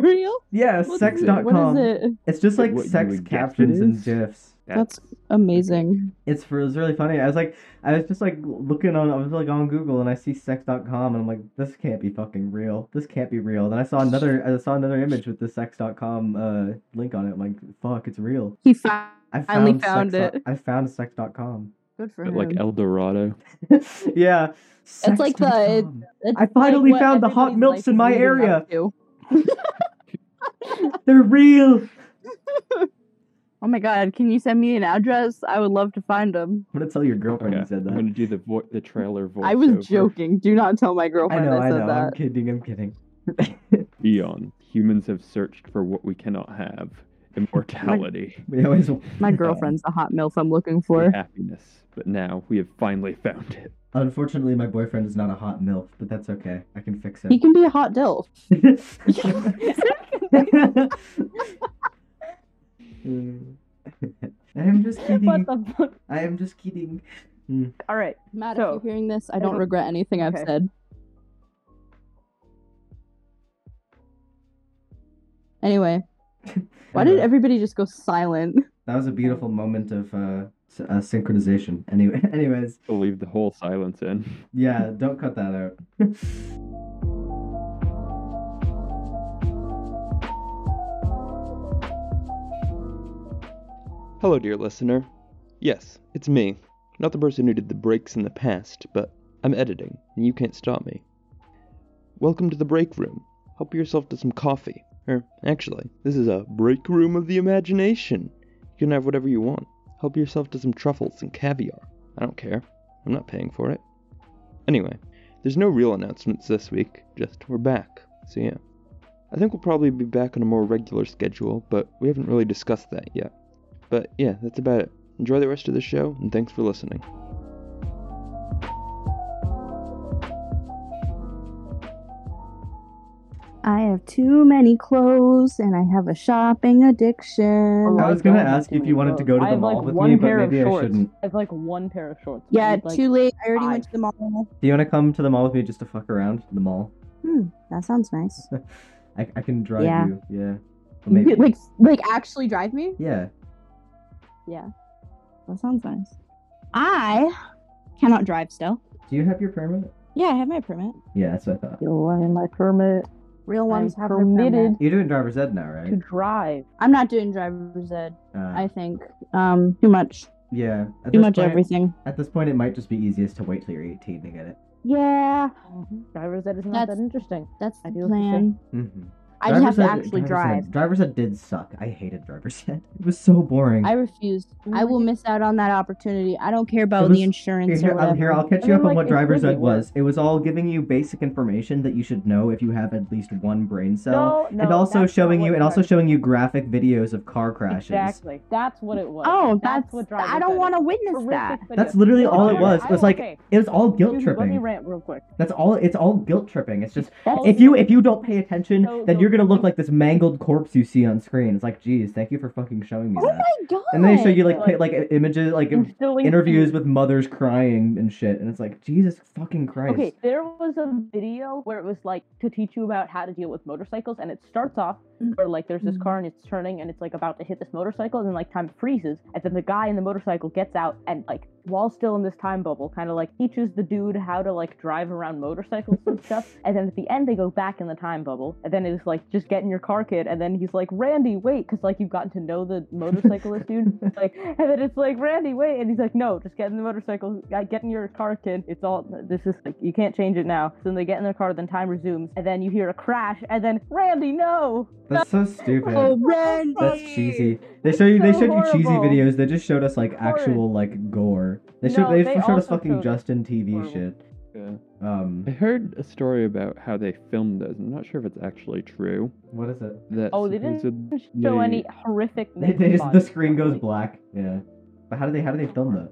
Speaker 2: real?
Speaker 1: yeah,
Speaker 2: What is
Speaker 4: it?
Speaker 1: sex.com.
Speaker 2: What is it?
Speaker 1: It's just like
Speaker 4: What you
Speaker 1: sex
Speaker 4: would guess it
Speaker 1: captions and
Speaker 4: is?
Speaker 1: gifs.
Speaker 2: That's amazing.
Speaker 1: It's for it's really funny. I was like I was just like looking on I was like on Google and I see sex.com and I'm like this can't be fucking real. This can't be real. Then I saw another I saw another image with the sex.com uh link on it. I'm like fuck, it's real.
Speaker 2: He found.
Speaker 1: I
Speaker 2: Finally found
Speaker 1: sex.
Speaker 2: it.
Speaker 1: I found sex.com.
Speaker 2: Good for
Speaker 4: But
Speaker 2: him.
Speaker 4: like
Speaker 1: uh,
Speaker 4: El Dorado.
Speaker 1: yeah.
Speaker 2: It's like the-
Speaker 1: sex.com.
Speaker 2: That's
Speaker 1: I finally
Speaker 2: what
Speaker 1: found the hot
Speaker 2: everybody's
Speaker 1: milfs
Speaker 2: life
Speaker 1: in
Speaker 2: is
Speaker 1: my
Speaker 2: leading
Speaker 1: area.
Speaker 2: up to.
Speaker 1: They're real. I'm
Speaker 2: Oh my god! Can you send me an address? I would love to find them.
Speaker 1: gonna tell your girlfriend
Speaker 4: Okay,
Speaker 1: you said
Speaker 4: I'm
Speaker 1: that.
Speaker 4: gonna do the vo- the trailer voice.
Speaker 2: I was joking. Do not tell my
Speaker 1: I
Speaker 2: girlfriend
Speaker 1: know,
Speaker 2: I,
Speaker 1: I
Speaker 2: said
Speaker 1: know. I'm
Speaker 2: that.
Speaker 1: kidding, I'm kidding.
Speaker 4: Eon. Humans have searched for what we cannot have: immortality,
Speaker 1: We always
Speaker 2: My girlfriend's the hot milf I'm looking for.
Speaker 4: and happiness. But now we have finally found it.
Speaker 1: Unfortunately, my boyfriend is not a hot milf, but that's okay. I can fix
Speaker 2: He
Speaker 1: it.
Speaker 2: can be a hot dilf.
Speaker 1: I am just
Speaker 3: What
Speaker 1: kidding.
Speaker 3: the fuck?
Speaker 1: I am just kidding.
Speaker 3: All right.
Speaker 2: Matt,
Speaker 3: So-
Speaker 2: if you're hearing this, I don't
Speaker 3: Okay.
Speaker 2: regret anything I've
Speaker 3: Okay.
Speaker 2: said. Anyway, why did
Speaker 1: Anyway,
Speaker 2: everybody just go silent?
Speaker 1: that was a beautiful moment of uh, s- uh, synchronization. Anyway, anyways,
Speaker 4: I'll leave the whole silence in.
Speaker 1: yeah, don't cut that out.
Speaker 4: Hello, dear listener. Yes, it's me. Not the person who did the breaks in the past, but I'm editing, and you can't stop me. Welcome to the break room. Help yourself to some coffee. Or, actually, this is a break room of the imagination. You can have whatever you want. Help yourself to some truffles and caviar. I don't care. I'm not paying for it. Anyway, there's no real announcements this week, just we're back. So, yeah. I think we'll probably be back on a more regular schedule, but we haven't really discussed that yet. But yeah, that's about it. Enjoy the rest of the show, and thanks for listening.
Speaker 2: I have too many clothes and I have a shopping addiction.
Speaker 3: Oh,
Speaker 1: I was
Speaker 3: I
Speaker 1: gonna
Speaker 3: don't have
Speaker 1: ask
Speaker 3: too
Speaker 1: if
Speaker 3: many
Speaker 1: you wanted to go
Speaker 3: clothes.
Speaker 1: to
Speaker 3: I
Speaker 1: the
Speaker 3: have, like,
Speaker 1: mall with
Speaker 3: one
Speaker 1: me, but
Speaker 3: pair of
Speaker 1: maybe I
Speaker 3: shorts.
Speaker 1: shouldn't.
Speaker 3: I have like one pair of shorts. I
Speaker 2: Yeah,
Speaker 3: need, like,
Speaker 2: too late. I already went to
Speaker 3: five.
Speaker 2: the mall.
Speaker 1: Do you want to come to the mall with me just to fuck around the mall?
Speaker 2: Hmm, that sounds nice.
Speaker 1: I, I can drive
Speaker 2: Yeah.
Speaker 1: you. Yeah. Well,
Speaker 2: You
Speaker 1: maybe.
Speaker 2: could, like, like actually drive me?
Speaker 1: yeah.
Speaker 2: That sounds nice. I cannot drive still.
Speaker 1: Do you have your permit?
Speaker 2: Yeah, I have my permit.
Speaker 1: Yeah, that's what I thought.
Speaker 3: Yo, I have my permit
Speaker 2: Real ones
Speaker 3: I'm
Speaker 2: have their
Speaker 3: permitted.
Speaker 2: permit.
Speaker 1: You're doing driver's ed now,
Speaker 3: to
Speaker 1: right?
Speaker 3: drive.
Speaker 2: I'm not doing driver's ed.
Speaker 1: Uh,
Speaker 2: I think um too much,
Speaker 1: yeah. At
Speaker 2: too
Speaker 1: this
Speaker 2: much
Speaker 1: point-
Speaker 2: everything.
Speaker 1: At this point, it might just be easiest to wait till you're 18 to get it.
Speaker 2: Yeah,
Speaker 3: Driver's ed is not
Speaker 2: That's-
Speaker 3: that interesting.
Speaker 2: that's
Speaker 3: I
Speaker 2: the
Speaker 3: do have to say-
Speaker 2: plan.
Speaker 1: Mm-hmm.
Speaker 2: I just have to
Speaker 1: Driver's Ed-
Speaker 2: actually
Speaker 1: Driver's Ed-
Speaker 2: drive.
Speaker 1: driver's Ed did suck. I hated driver's ed. It was so boring.
Speaker 2: I refuse. I will miss out on that opportunity. I don't care about
Speaker 1: It was-
Speaker 2: the
Speaker 1: Here,
Speaker 2: insurance or
Speaker 1: here, I'll,
Speaker 2: whatever.
Speaker 1: here, I'll catch
Speaker 3: I
Speaker 1: you
Speaker 3: mean,
Speaker 1: up on
Speaker 3: like,
Speaker 1: what
Speaker 3: it
Speaker 1: driver's
Speaker 3: could be
Speaker 1: ed was.
Speaker 3: worse.
Speaker 1: It was all giving you basic information that you should know if you have at least one brain cell,
Speaker 3: no, no,
Speaker 1: and also
Speaker 3: that's not
Speaker 1: showing
Speaker 3: what
Speaker 1: you, and also
Speaker 3: driver-
Speaker 1: showing you graphic videos of car crashes.
Speaker 3: Exactly. That's what it was.
Speaker 2: oh,
Speaker 3: that's,
Speaker 2: that's.
Speaker 3: what driver
Speaker 2: I
Speaker 3: said
Speaker 2: don't
Speaker 3: it.
Speaker 2: want to witness
Speaker 3: Horrific
Speaker 2: that.
Speaker 3: video.
Speaker 1: That's literally
Speaker 3: No,
Speaker 1: all it
Speaker 3: Karen,
Speaker 1: was.
Speaker 3: I
Speaker 1: It was
Speaker 3: don't-
Speaker 1: like
Speaker 3: okay,
Speaker 1: it was all guilt
Speaker 3: excuse me, Let me
Speaker 1: tripping.
Speaker 3: rant real quick.
Speaker 1: That's all. It's all guilt tripping. It's just
Speaker 3: All
Speaker 1: if
Speaker 3: of
Speaker 1: you
Speaker 3: it-
Speaker 1: if you don't pay attention,
Speaker 3: So
Speaker 1: then you're gonna look
Speaker 3: guilt-tripping.
Speaker 1: like this mangled corpse you see on screen. It's like, geez, thank you for fucking showing me
Speaker 2: Oh
Speaker 1: that.
Speaker 2: my god.
Speaker 1: And then they show you like
Speaker 3: God.
Speaker 1: pi- like i- images, like
Speaker 3: instilling
Speaker 1: interviews with mothers crying and shit, and it's like, Jesus fucking Christ.
Speaker 3: Okay, there was a video where it was like to teach you about how to deal with motorcycles, and it starts off where like there's this car and it's turning and it's like about to hit this motorcycle, and then like time freezes, and then the guy in the motorcycle gets out and like while still in this time bubble, kind of like teaches the dude how to like drive around motorcycles and stuff, and then at the end they go back in the time bubble, and then it's like just get in your car, kid, and then he's like Randy, wait, because like you've gotten to know the motorcyclist dude, like, and then it's like, Randy, wait, and he's like, no, just get in the motorcycle, uh, get in your car, kid. It's all this is like you can't change it now. So then they get in their car, then time resumes, and then you hear a crash, and then Randy, no.
Speaker 1: That's so stupid.
Speaker 2: Oh, Randy.
Speaker 1: That's cheesy. They show you. They
Speaker 3: so
Speaker 1: showed you cheesy
Speaker 3: horrible.
Speaker 1: videos. They just showed us like
Speaker 3: Horrid.
Speaker 1: actual like gore. They showed.
Speaker 3: No,
Speaker 1: they,
Speaker 3: they
Speaker 1: showed us
Speaker 3: also
Speaker 1: fucking
Speaker 3: showed us
Speaker 1: Justin TV
Speaker 3: horrible.
Speaker 1: shit.
Speaker 4: Yeah. I
Speaker 1: Um,
Speaker 4: heard a story about how they filmed those. I'm not sure if it's actually true.
Speaker 1: what is it?
Speaker 4: That
Speaker 3: Oh, they didn't
Speaker 4: supposed-
Speaker 3: show
Speaker 4: they-
Speaker 3: any horrific.
Speaker 1: They, they just, the
Speaker 3: bodies,
Speaker 1: screen goes
Speaker 3: probably.
Speaker 1: black. Yeah. But how do they? How do they film that?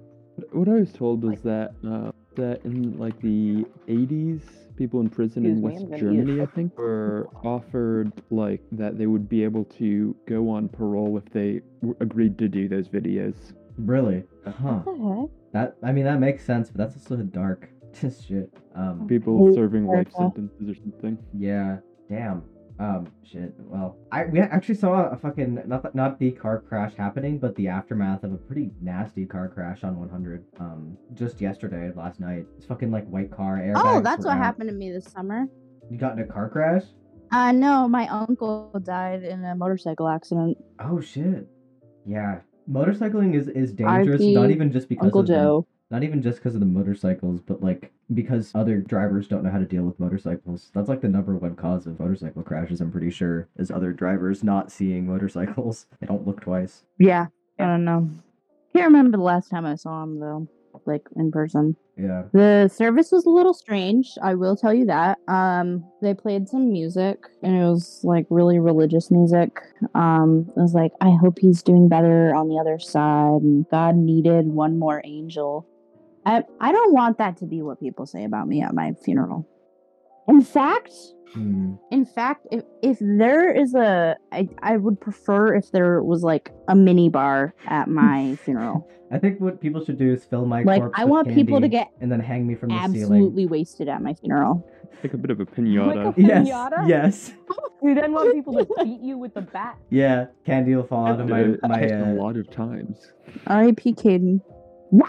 Speaker 4: What I was told was that uh, that in like the 80s, people in prison in
Speaker 3: Excuse me,
Speaker 4: West
Speaker 3: I'm gonna eat.
Speaker 4: Germany, I think, were offered like that they would be able to go on parole if they w- agreed to do those videos.
Speaker 1: Really? Uh-huh. Huh.
Speaker 2: Okay.
Speaker 1: That. I mean, that makes sense. But that's also dark. This shit. Um.
Speaker 4: People
Speaker 2: Oh,
Speaker 4: serving life
Speaker 2: terrible.
Speaker 4: sentences or something.
Speaker 1: Yeah. Damn. Um. Shit. Well, I we actually saw a fucking not the, not the car crash happening, but the aftermath of a pretty nasty car crash on 100. Um. Just yesterday, last night. It's fucking like white car. Airbags
Speaker 2: Oh, that's
Speaker 1: were
Speaker 2: what
Speaker 1: out.
Speaker 2: happened to me this summer.
Speaker 1: You got in a car crash?
Speaker 2: Uh, no, my uncle died in a motorcycle accident.
Speaker 1: Oh shit. Yeah. Motorcycling is is dangerous,
Speaker 2: RP,
Speaker 1: not even just because
Speaker 2: Uncle
Speaker 1: of the-
Speaker 2: Joe.
Speaker 1: not even just because of the motorcycles, but like because other drivers don't know how to deal with motorcycles. That's like the number one cause of motorcycle crashes, I'm pretty sure, is other drivers not seeing motorcycles. They don't look twice.
Speaker 2: Yeah, I don't know. Can't remember the last time I saw him though, like in person.
Speaker 1: Yeah.
Speaker 2: The service was a little strange, I will tell you that. Um, they played some music and it was like really religious music. Um, it was like, I hope he's doing better on the other side and God needed one more angel. I, I don't want that to be what people say about me at my funeral. In fact,
Speaker 1: Hmm.
Speaker 2: in fact, if, if there is a, I, I would prefer if there was like a mini bar at my funeral.
Speaker 1: I think what people should do is fill my
Speaker 2: Like,
Speaker 1: corpse
Speaker 2: I
Speaker 1: with
Speaker 2: want people to
Speaker 1: candy
Speaker 2: get
Speaker 1: and then hang me from the ceiling.
Speaker 2: absolutely wasted at my funeral.
Speaker 4: Like a bit of a pinata.
Speaker 3: Like
Speaker 1: Yes.
Speaker 3: Pinata?
Speaker 1: Yes.
Speaker 3: You then want people to beat you with the bat.
Speaker 1: Yeah. Candy will fall out of my
Speaker 4: Uh,
Speaker 1: my
Speaker 4: a
Speaker 1: uh,
Speaker 4: lot of times.
Speaker 2: R.A.P. Caden.
Speaker 3: was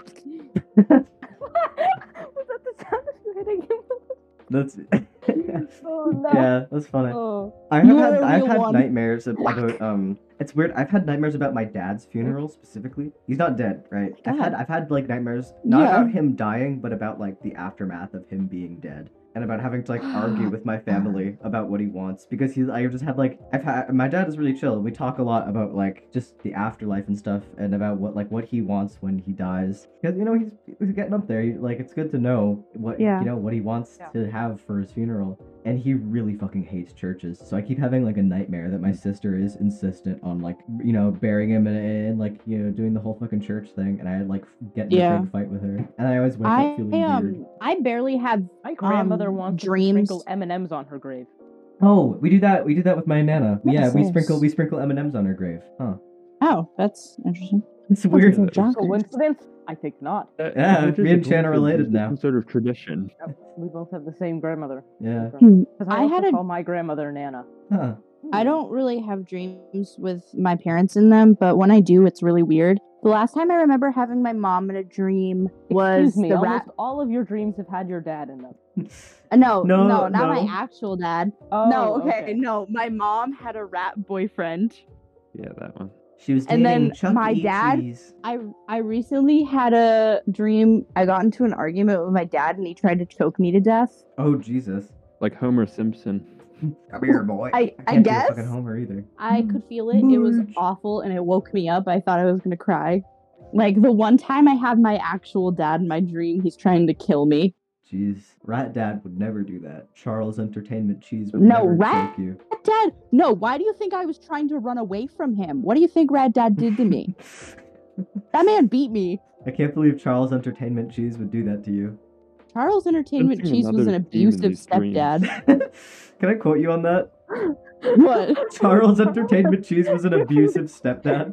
Speaker 3: that the sound of you hitting him?
Speaker 1: that's
Speaker 3: oh no.
Speaker 1: Yeah, that's funny.
Speaker 3: Oh.
Speaker 1: I have
Speaker 2: You
Speaker 1: had,
Speaker 2: are a
Speaker 1: I've
Speaker 2: real
Speaker 1: had
Speaker 2: one.
Speaker 1: nightmares ab- about um. It's weird. I've had nightmares about my dad's funeral specifically. He's not dead, right? I've had I've had like nightmares not
Speaker 2: Yeah.
Speaker 1: about him dying, but about like the aftermath of him being dead, and about having to like argue with my family about what he wants because he's. I just had like I've had my dad is really chill. and We talk a lot about like just the afterlife and stuff, and about what like what he wants when he dies because you know he's he's getting up there. He, like it's good to know what
Speaker 2: Yeah.
Speaker 1: you know what he wants
Speaker 3: Yeah.
Speaker 1: to have for his funeral and he really fucking hates churches. So I keep having like a nightmare that my sister is insistent on like you know burying him and, and like you know doing the whole fucking church thing, and I like get in a
Speaker 2: Yeah.
Speaker 1: big fight with her, and I always wake
Speaker 2: I
Speaker 1: up feeling weird.
Speaker 2: um I barely have
Speaker 3: My grandmother
Speaker 2: Um,
Speaker 3: wants
Speaker 2: dreams.
Speaker 3: to sprinkle M and M's on her grave.
Speaker 1: Oh, we do that. We did that with my nana.
Speaker 2: What
Speaker 1: yeah,
Speaker 2: is
Speaker 1: we
Speaker 2: this?
Speaker 1: sprinkle we sprinkle M and M's on her grave. Huh?
Speaker 2: oh that's interesting.
Speaker 1: It's weird.
Speaker 4: so
Speaker 2: That's a jock.
Speaker 3: Coincidence? I think not.
Speaker 4: That-
Speaker 1: Yeah,
Speaker 4: that is
Speaker 1: me
Speaker 4: a
Speaker 1: and Chan are
Speaker 4: coincidence,
Speaker 1: related
Speaker 4: it's
Speaker 1: now.
Speaker 4: Some sort of tradition.
Speaker 3: We both have the same grandmother.
Speaker 1: Yeah.
Speaker 2: Hmm.
Speaker 3: Because I,
Speaker 2: I
Speaker 3: also
Speaker 2: had a-
Speaker 3: call my grandmother Nana.
Speaker 1: Huh.
Speaker 2: I don't really have dreams with my parents in them, but when I do, it's really weird. The last time I remember having my mom in a dream was
Speaker 3: Excuse me.
Speaker 2: the
Speaker 3: almost
Speaker 2: rat.
Speaker 3: all of your dreams have had your dad in them.
Speaker 2: uh, No,
Speaker 1: No,
Speaker 2: no, not my
Speaker 1: no.
Speaker 2: actual dad.
Speaker 3: Oh,
Speaker 2: no, okay, no, my mom had a rat boyfriend.
Speaker 4: Yeah, that one.
Speaker 1: She was
Speaker 2: And
Speaker 1: dating
Speaker 2: then
Speaker 1: Chuck
Speaker 2: my
Speaker 1: E.
Speaker 2: dad-
Speaker 1: Cheese.
Speaker 2: I I recently had a dream. I got into an argument with my dad, and he tried to choke me to death.
Speaker 1: Oh Jesus.
Speaker 4: Like Homer Simpson.
Speaker 1: Come here, boy.
Speaker 2: I- I
Speaker 1: can't do a
Speaker 2: guess.
Speaker 1: fucking Homer either.
Speaker 2: I could feel it. It was
Speaker 1: Marge.
Speaker 2: awful and it woke me up. I thought I was going to cry. Like the one time I had my actual dad in my dream, he's trying to kill me.
Speaker 1: Jeez, Rat Dad would never do that. Charles Entertainment Cheese would
Speaker 2: No,
Speaker 1: never
Speaker 2: Rat-
Speaker 1: choke you.
Speaker 2: Rat Dad, no, why do you think I was trying to run away from him? What do you think Rad Dad did to me? that man beat me.
Speaker 1: I can't believe Charles Entertainment Cheese would do that to you.
Speaker 2: Charles Entertainment
Speaker 4: That's
Speaker 2: Cheese was an
Speaker 4: another demon
Speaker 2: abusive
Speaker 4: who's dreaming.
Speaker 2: stepdad.
Speaker 1: Can I quote you on that?
Speaker 2: what?
Speaker 1: Charles Entertainment Cheese was an abusive stepdad.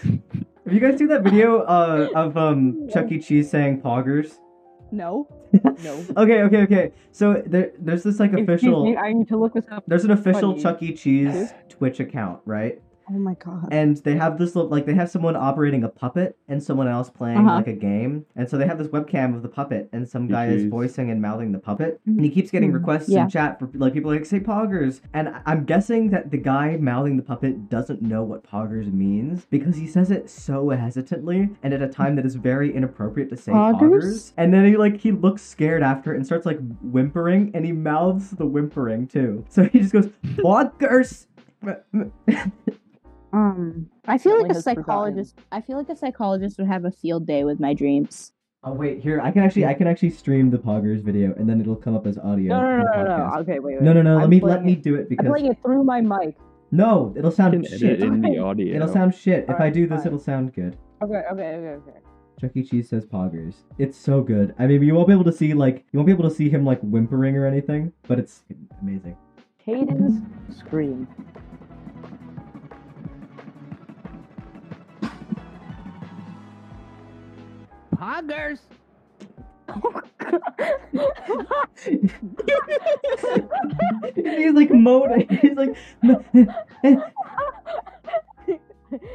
Speaker 1: Have you guys seen that video uh, of um, Chuck E. Cheese saying poggers?
Speaker 2: No.
Speaker 3: No.
Speaker 1: Okay, okay, okay. So there, there's this like
Speaker 3: Excuse
Speaker 1: official.
Speaker 3: me, I need to look this up.
Speaker 1: There's an official
Speaker 3: Funny.
Speaker 1: Chuck E. Cheese Twitch account, right?
Speaker 2: Oh my god.
Speaker 1: And they have this little, like they have someone operating a puppet and someone else playing
Speaker 2: Uh-huh.
Speaker 1: like a game. And so they have this webcam of the puppet and some
Speaker 4: Chuck E.
Speaker 1: guy is
Speaker 4: Cheese.
Speaker 1: voicing and mouthing the puppet. And he keeps getting
Speaker 2: Mm.
Speaker 1: requests
Speaker 2: Yeah.
Speaker 1: in chat for like people are like say poggers. And I- I'm guessing that the guy mouthing the puppet doesn't know what poggers means because he says it so hesitantly and at a time that is very inappropriate to say
Speaker 2: Poggers?
Speaker 1: poggers. And then he like he looks scared after it and starts like whimpering and he mouths the whimpering too. So he just goes poggers.
Speaker 2: Um, I feel like
Speaker 3: Certainly
Speaker 2: a
Speaker 3: has
Speaker 2: psychologist. I feel like a psychologist would have a field day with my dreams.
Speaker 1: Oh wait, here I can actually I can actually stream the Poggers video and then it'll come up as audio.
Speaker 3: No, no,
Speaker 1: in
Speaker 3: no,
Speaker 1: the
Speaker 3: no, no,
Speaker 1: podcast.
Speaker 3: no. Okay, wait, wait.
Speaker 1: No, no, no.
Speaker 3: I'm
Speaker 1: Let me
Speaker 3: playing
Speaker 1: let me
Speaker 3: it-
Speaker 1: do it
Speaker 3: I'm
Speaker 1: because
Speaker 3: playing it through my mic.
Speaker 1: no, it'll
Speaker 4: You
Speaker 1: sound
Speaker 4: can edit
Speaker 1: Oh, shit.
Speaker 4: in the audio.
Speaker 1: It'll sound shit. if I
Speaker 3: Alright,
Speaker 1: do this,
Speaker 3: fine.
Speaker 1: it'll sound good.
Speaker 3: Okay, okay, okay, okay.
Speaker 1: Chuck E. Cheese says Poggers. It's so good. I mean, you won't be able to see like you won't be able to see him like whimpering or anything, but it's amazing.
Speaker 3: Caden's scream.
Speaker 6: Poggers!
Speaker 1: he's like moaning. He's like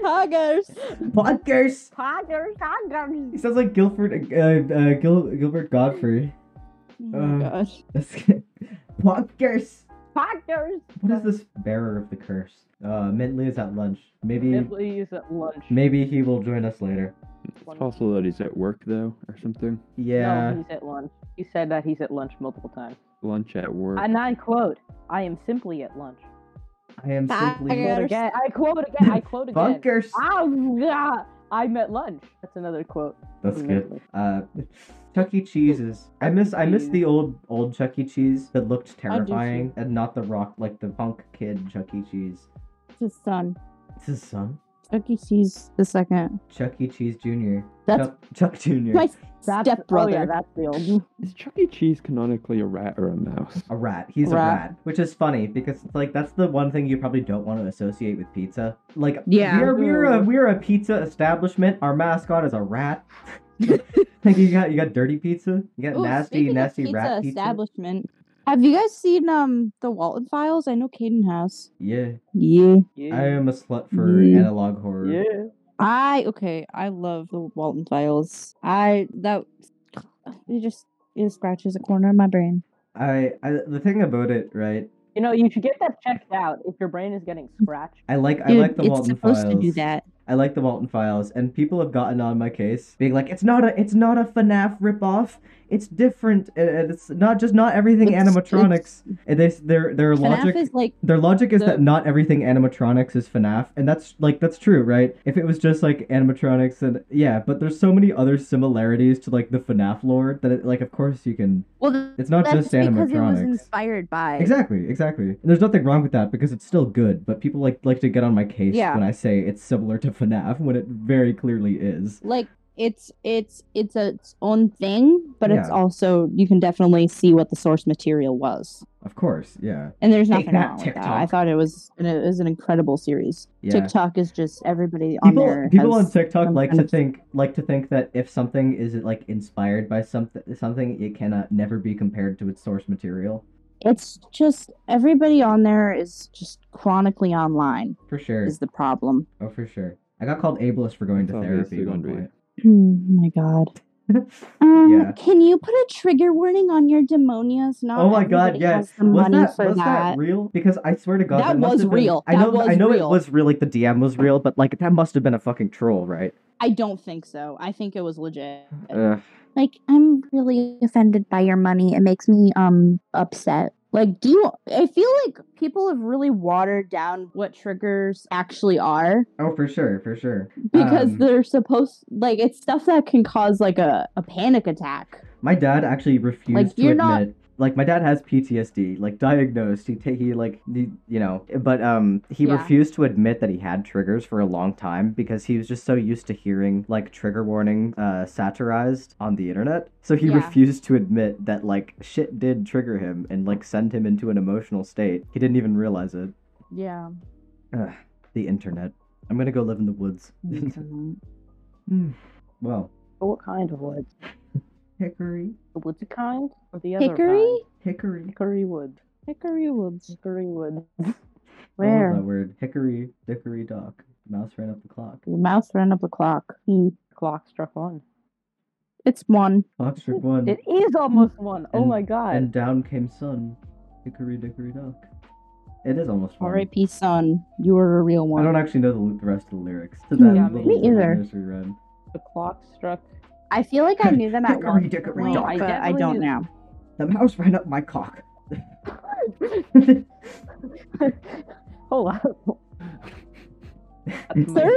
Speaker 2: Huggers.
Speaker 1: Poggers.
Speaker 3: Poggers,
Speaker 1: He sounds like Guilford, uh, uh, Gil- Gilbert Godfrey.
Speaker 2: Oh my
Speaker 1: Uh,
Speaker 2: gosh.
Speaker 1: That's Poggers.
Speaker 3: Poggers.
Speaker 1: What is this bearer of the curse? Uh, Mintley is at lunch. Maybe,
Speaker 3: Italy is at lunch.
Speaker 1: maybe he will join us later.
Speaker 4: It's possible that he's at work though, or something.
Speaker 1: Yeah.
Speaker 3: No, he's at lunch. He said that he's at lunch multiple times.
Speaker 4: Lunch at work.
Speaker 3: And I quote, I am simply at lunch.
Speaker 1: I am simply
Speaker 2: Poggers.
Speaker 3: Quote again. I quote again. I quote again.
Speaker 1: bunkers.
Speaker 3: Oh, yeah. I'm at lunch. That's another quote.
Speaker 1: That's good. Uh, Chuck E. Cheese is. I miss. I miss the old old Chuck E. Cheese that looked
Speaker 2: I do too.
Speaker 1: terrifying and not the rock like the punk kid Chuck E. Cheese.
Speaker 2: It's his son.
Speaker 1: It's his son,
Speaker 2: Chuck E. Cheese the second.
Speaker 1: Chuck E. Cheese Jr.
Speaker 2: That's
Speaker 1: Chuck, Chuck Jr.
Speaker 2: my
Speaker 3: That's- Oh, yeah,
Speaker 2: stepbrother.
Speaker 3: that's the old.
Speaker 4: Is Chuck E. Cheese canonically a rat or a mouse?
Speaker 1: A rat. He's
Speaker 2: Rat.
Speaker 1: a rat, which is funny because it's like that's the one thing you probably don't want to associate with pizza. Like,
Speaker 2: Yeah.
Speaker 1: we're we're a we're a pizza establishment. Our mascot is a rat. like you got you got dirty pizza. You got
Speaker 2: Ooh,
Speaker 1: nasty
Speaker 2: speaking of
Speaker 1: nasty
Speaker 2: pizza
Speaker 1: rat pizza.
Speaker 2: establishment. Have you guys seen um the Walton Files? I know Caden has.
Speaker 1: Yeah,
Speaker 2: Yeah.
Speaker 3: Yeah.
Speaker 1: I am a slut for
Speaker 2: Yeah.
Speaker 1: analog horror.
Speaker 3: yeah.
Speaker 2: I okay. I love the Walton Files. I that it just it scratches a corner of my brain.
Speaker 1: I, I the thing about it, right?
Speaker 3: You know, you should get that checked out if your brain is getting
Speaker 1: Mm.
Speaker 3: scratched.
Speaker 1: I like I
Speaker 2: Dude,
Speaker 1: like the
Speaker 2: it's
Speaker 1: Walton
Speaker 2: supposed
Speaker 1: Files.
Speaker 2: to do that.
Speaker 1: I like the Walton Files, and people have gotten on my case, being like, "It's not a, it's not a FNAF ripoff. It's different, and- and it's not just not everything
Speaker 2: It's-
Speaker 1: animatronics." And they, their their logic
Speaker 2: FNAF is like
Speaker 1: their logic is that
Speaker 2: the-
Speaker 1: not everything animatronics is FNAF, and that's like that's true, right? If it was just like animatronics, and yeah, but there's so many other similarities to like the FNAF lore that it, like, of course you can.
Speaker 2: well,
Speaker 1: It's not
Speaker 2: that's
Speaker 1: just
Speaker 2: because it was
Speaker 1: animatronics.
Speaker 2: inspired by.
Speaker 1: Exactly, exactly. And there's nothing wrong with that because it's still good, but people like like to get on my case
Speaker 2: Yeah.
Speaker 1: when I say it's similar to FNAF when it very clearly is.
Speaker 2: Like it's it's it's a, its own thing, but it's
Speaker 1: Yeah.
Speaker 2: also you can definitely see what the source material was,
Speaker 1: Of course, yeah.
Speaker 2: and there's
Speaker 1: Take
Speaker 2: nothing
Speaker 1: that,
Speaker 2: wrong with that. I
Speaker 1: TikTok.
Speaker 2: thought it was and it was an incredible series.
Speaker 1: Yeah.
Speaker 2: TikTok is just everybody on
Speaker 1: People
Speaker 2: there.
Speaker 1: people
Speaker 2: has
Speaker 1: on TikTok
Speaker 2: some
Speaker 1: like
Speaker 2: kind
Speaker 1: to
Speaker 2: of-
Speaker 1: think like to think that if something is like inspired by something something it cannot never be compared to its source material.
Speaker 2: It's just everybody on there is just chronically online
Speaker 1: For sure.
Speaker 2: is the problem.
Speaker 1: Oh, for sure. I got called ableist for going to
Speaker 4: It's
Speaker 1: therapy
Speaker 4: obviously
Speaker 1: at one
Speaker 4: gonna be-
Speaker 1: point.
Speaker 2: Oh my god. Um,
Speaker 1: Yeah.
Speaker 2: Can you put a trigger warning on your demonias? Not
Speaker 1: Oh my god,
Speaker 2: everybody
Speaker 1: yes.
Speaker 2: has the
Speaker 1: was
Speaker 2: money
Speaker 1: that,
Speaker 2: for
Speaker 1: was
Speaker 2: that.
Speaker 1: real? Because I swear to god
Speaker 2: That
Speaker 1: must
Speaker 2: was
Speaker 1: have been-
Speaker 2: real.
Speaker 1: I
Speaker 2: That
Speaker 1: know
Speaker 2: was
Speaker 1: I know
Speaker 2: real.
Speaker 1: it was real like the DM was real, but like that must have been a fucking troll, right?
Speaker 2: I don't think so. I think it was legit.
Speaker 1: Ugh.
Speaker 2: Like I'm really offended by your money. It makes me um upset. Like, do you? I feel like people have really watered down what triggers actually are
Speaker 1: Oh, for sure, for sure.
Speaker 2: because
Speaker 1: Um,
Speaker 2: they're supposed like it's stuff that can cause like a, a panic attack.
Speaker 1: My dad actually refused
Speaker 2: Like,
Speaker 1: to
Speaker 2: you're
Speaker 1: admit.
Speaker 2: not-
Speaker 1: Like my dad has PTSD, like diagnosed. He ta- he like he, you know, but um he
Speaker 2: Yeah.
Speaker 1: refused to admit that he had triggers for a long time because he was just so used to hearing like trigger warning uh satirized on the internet. So he
Speaker 2: Yeah.
Speaker 1: refused to admit that like shit did trigger him and like send him into an emotional state. He didn't even realize it.
Speaker 2: Yeah.
Speaker 1: Ugh, the internet. I'm going to go live in the woods. Hmm. well,
Speaker 3: But what kind of woods?
Speaker 1: hickory,
Speaker 3: The woodsy kind or the other
Speaker 2: Hickory?
Speaker 3: kind?
Speaker 1: hickory.
Speaker 3: Hickory wood.
Speaker 2: Hickory woods.
Speaker 3: Hickory wood.
Speaker 1: I love
Speaker 2: Where?
Speaker 1: that word. Hickory, dickory, dock. Mouse ran up the clock.
Speaker 2: The mouse ran up the clock. He,
Speaker 3: Clock struck one.
Speaker 2: it's one.
Speaker 1: Clock struck one.
Speaker 3: It is almost one. oh
Speaker 1: And-
Speaker 3: my god.
Speaker 1: And down came sun. Hickory, dickory, dock. It is almost one.
Speaker 2: R.I.P. son. You were a real one.
Speaker 1: Um, I don't actually know the, the rest of the lyrics to that
Speaker 3: Yeah, me
Speaker 1: little
Speaker 2: either.
Speaker 1: nursery rhyme.
Speaker 3: the clock struck.
Speaker 2: I feel like I knew them at
Speaker 1: Hickory
Speaker 2: one
Speaker 1: dickory
Speaker 2: point,
Speaker 1: dock.
Speaker 2: but I
Speaker 3: I
Speaker 2: don't
Speaker 3: definitely-
Speaker 2: know.
Speaker 1: The mouse ran up my cock.
Speaker 3: Hold on.
Speaker 2: Sir?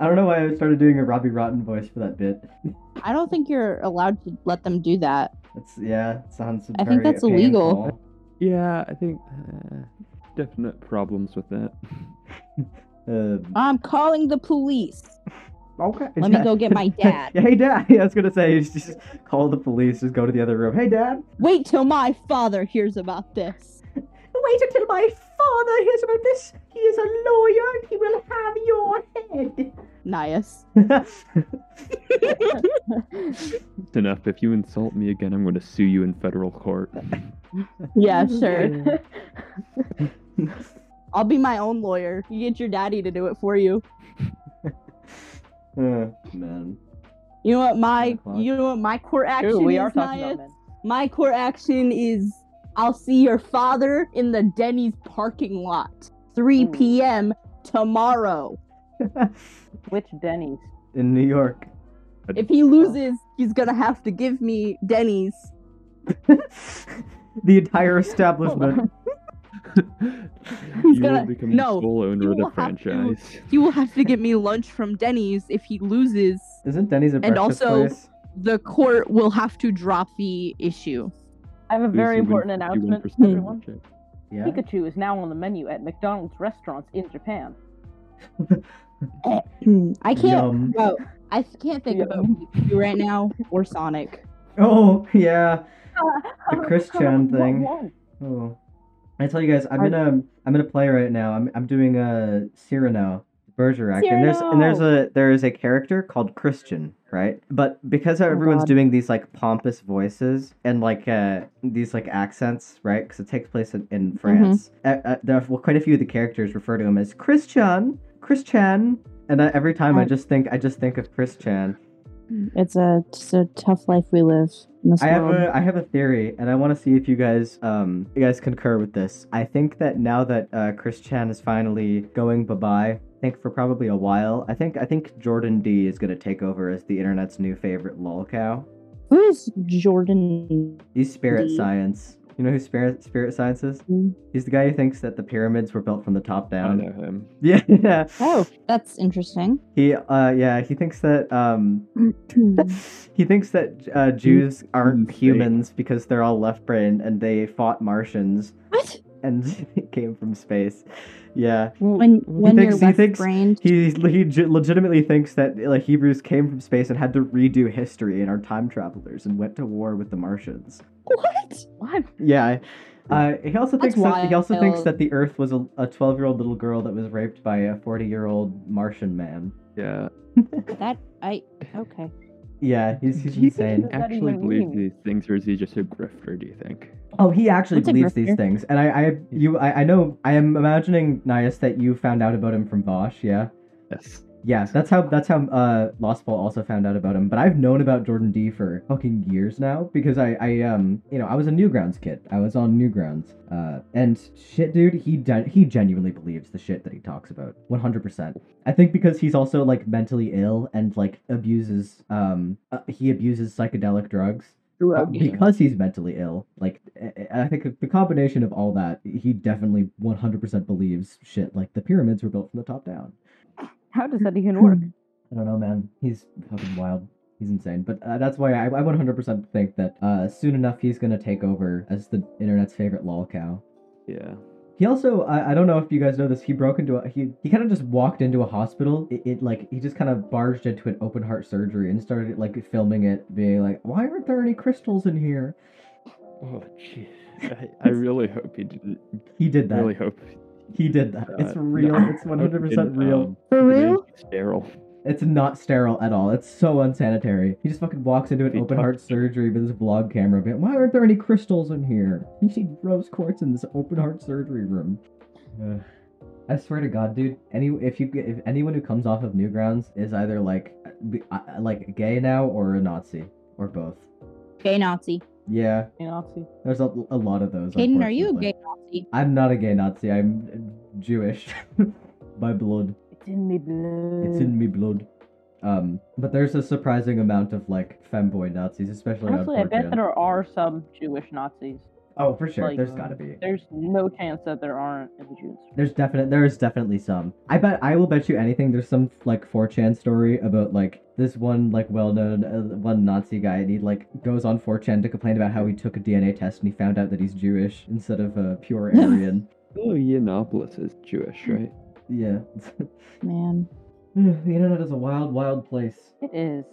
Speaker 1: I don't know why I started doing a Robbie Rotten voice for that bit.
Speaker 2: I don't think you're allowed to let them do that.
Speaker 1: That's yeah, it sounds.
Speaker 2: I
Speaker 1: very
Speaker 2: think that's
Speaker 1: painful.
Speaker 2: illegal.
Speaker 4: Yeah, I think uh, definite problems with that.
Speaker 1: Um,
Speaker 2: I'm calling the police.
Speaker 1: okay.
Speaker 2: Let me go get my dad.
Speaker 1: Yeah, hey dad. Yeah, I was gonna say just, just call the police. Just go to the other room. Hey dad.
Speaker 2: Wait till my father hears about this.
Speaker 1: Wait until my father hears about this. He is a lawyer and he will have your
Speaker 2: Nias.
Speaker 1: head.
Speaker 4: It's enough. If you insult me again, I'm going to sue you in federal court.
Speaker 2: Yeah, sure. I'll be my own lawyer. You get your daddy to do it for you.
Speaker 1: Uh, Man.
Speaker 2: You know what my
Speaker 1: o'clock.
Speaker 2: you know what my court action
Speaker 3: Ooh, we
Speaker 2: is,
Speaker 3: are talking
Speaker 2: Nias?
Speaker 3: about men.
Speaker 2: My court action is I'll see your father in the Denny's parking lot. 3
Speaker 3: Ooh.
Speaker 2: p.m. tomorrow.
Speaker 3: Which Denny's?
Speaker 1: In New York.
Speaker 2: If he loses, he's gonna have to give me Denny's.
Speaker 1: the entire establishment.
Speaker 4: you
Speaker 2: gonna-
Speaker 4: will become
Speaker 2: no,
Speaker 4: the sole owner
Speaker 2: you
Speaker 4: of the
Speaker 2: will have to-
Speaker 4: franchise.
Speaker 2: He will have to get me lunch from Denny's if he loses.
Speaker 1: Isn't Denny's a
Speaker 2: And
Speaker 1: breakfast
Speaker 2: also-
Speaker 1: place?
Speaker 2: The court will have to drop the issue.
Speaker 3: I have a
Speaker 4: Lose,
Speaker 3: very
Speaker 4: you win
Speaker 3: important announcement, Hmm.
Speaker 4: 51% of
Speaker 3: everyone.
Speaker 4: the check.
Speaker 1: Yeah.
Speaker 3: Pikachu is now on the menu at McDonald's restaurants in Japan.
Speaker 2: I can't.
Speaker 1: Yum.
Speaker 2: Oh, I can't think
Speaker 3: Yeah.
Speaker 2: about Pikachu right now or Sonic.
Speaker 1: Oh yeah. The Christian thing. Oh. I tell you guys, I'm
Speaker 3: Are-
Speaker 1: gonna I'm gonna play right now. I'm I'm doing a Cyrano Bergerac, and there's and there's a there is a character called Christian, right? But because everyone's
Speaker 3: Oh, God.
Speaker 1: doing these like pompous voices and like uh these like accents, right? Because it takes place in,
Speaker 3: Mm-hmm.
Speaker 1: in France. Uh, uh, there are, well, quite a few of the characters refer to him as Christian, Christian, and I, every time
Speaker 3: Oh.
Speaker 1: I
Speaker 2: I-
Speaker 1: just think I just think of Christian.
Speaker 2: It's a it's a tough life we live in this
Speaker 1: I have
Speaker 2: world.
Speaker 1: a I have a theory, and I want to see if you guys um you guys concur with this. I think that now that uh, Chris Chan is finally going bye bye, I think for probably a while, I think I think Jordan D is gonna take over as the internet's new favorite lol cow.
Speaker 2: Who is Jordan?
Speaker 1: He's spirit
Speaker 2: D.
Speaker 1: science. You know who spirit spirit science is?
Speaker 2: Hmm.
Speaker 1: He's the guy who thinks that the pyramids were built from the top
Speaker 4: I
Speaker 1: down.
Speaker 4: know him.
Speaker 1: Yeah, yeah.
Speaker 2: Oh, that's interesting.
Speaker 1: He uh yeah he thinks that um
Speaker 2: Hmm.
Speaker 1: he thinks that uh, Jews aren't
Speaker 4: Insane.
Speaker 1: humans because they're all left brain and they fought Martians
Speaker 2: what?
Speaker 1: and it came from space. Yeah,
Speaker 2: When when
Speaker 1: thinks- he
Speaker 2: you're
Speaker 1: thinks
Speaker 2: left brained,
Speaker 1: he he ge- legitimately thinks that like Hebrews came from space and had to redo history and are time travelers and went to war with the Martians.
Speaker 2: what?
Speaker 3: What?
Speaker 1: Yeah. Uh, he also
Speaker 2: That's
Speaker 1: thinks that, he also thinks
Speaker 2: wild.
Speaker 1: that the Earth was a twelve year old little girl that was raped by a forty year old Martian man.
Speaker 4: Yeah.
Speaker 2: That I okay.
Speaker 1: Yeah, he's, he's
Speaker 4: Do you
Speaker 1: insane.
Speaker 3: What does
Speaker 4: think he
Speaker 3: that
Speaker 4: actually
Speaker 3: even
Speaker 4: believes
Speaker 3: mean?
Speaker 4: these things, or is he just a grifter? Do you think?
Speaker 1: Oh, he actually
Speaker 2: That's a
Speaker 1: believes these
Speaker 2: grifter.
Speaker 1: things, and I, I, you, I, I know, I am imagining Nias that you found out about him from Bosch. Yeah,
Speaker 4: Yes.
Speaker 1: yeah, that's how that's how uh, Lost Ball also found out about him. But I've known about Jordan D for fucking years now because I, I, um, you know, I was a Newgrounds kid. I was on Newgrounds, uh, and shit, dude, he gen- he genuinely believes the shit that he talks about, one hundred percent. I think because he's also like mentally ill and like abuses, um, uh, he abuses psychedelic drugs.
Speaker 3: drug you.
Speaker 1: because he's mentally ill. Like, a- a- I think the combination of all that, he definitely 100% believes shit. Like, the pyramids were built from the top down.
Speaker 2: How does that even
Speaker 3: Hmm.
Speaker 2: work?
Speaker 1: I don't know, man. He's fucking wild. He's insane. But uh, that's why I, I 100% think that uh, soon enough he's gonna take over as the internet's favorite lol cow.
Speaker 4: Yeah.
Speaker 1: He also, I, I don't know if you guys know this, he broke into a, he, he kind of just walked into a hospital. It, it like, he just kind of barged into an open heart surgery and started like filming it, being like, why aren't there any crystals in here?
Speaker 4: Oh, jeez. I, I really hope he didn't.
Speaker 1: He did that.
Speaker 4: Really hope.
Speaker 1: He did that. it's
Speaker 4: uh,
Speaker 1: real.
Speaker 4: no,
Speaker 1: It's
Speaker 4: hope he
Speaker 1: 100%
Speaker 4: didn't,
Speaker 1: real.
Speaker 4: um,
Speaker 2: For
Speaker 4: make
Speaker 2: real?
Speaker 4: it Sterile.
Speaker 1: It's not sterile at all. It's so unsanitary. He just fucking walks into an
Speaker 4: He
Speaker 1: open heart
Speaker 4: touched-
Speaker 1: surgery with his vlog camera. Being, Why aren't there any crystals in here? You see rose quartz in this open heart surgery room. Ugh. I swear to God, dude. Any if you if anyone who comes off of Newgrounds is either like be- I- I- like gay now or a Nazi or both.
Speaker 2: Gay Nazi.
Speaker 1: Yeah,
Speaker 3: Nazi.
Speaker 1: there's a, a lot of those.
Speaker 2: Caden, are you a
Speaker 1: unfortunately.
Speaker 2: gay Nazi?
Speaker 1: I'm not a gay Nazi. I'm Jewish by blood.
Speaker 3: It's in me blood.
Speaker 1: It's in me blood. Um, but there's a surprising amount of like femboy Nazis, especially
Speaker 3: Honestly, I
Speaker 1: on 4
Speaker 3: bet there are some Jewish Nazis.
Speaker 1: Oh, for sure.
Speaker 3: like,
Speaker 1: there's gotta be.
Speaker 3: There's no chance that there aren't any Jews.
Speaker 1: There's definite. There is definitely some. I bet. I will bet you anything. There's some like 4chan story about like this one like well-known uh, one Nazi guy, and he like goes on 4chan to complain about how he took a DNA test and he found out that he's Jewish instead of uh, pure Aryan.
Speaker 4: Oh, Yiannopoulos is
Speaker 2: Hmm.
Speaker 4: Jewish, right?
Speaker 1: yeah.
Speaker 2: Man.
Speaker 1: the internet is a wild, wild place.
Speaker 3: It is.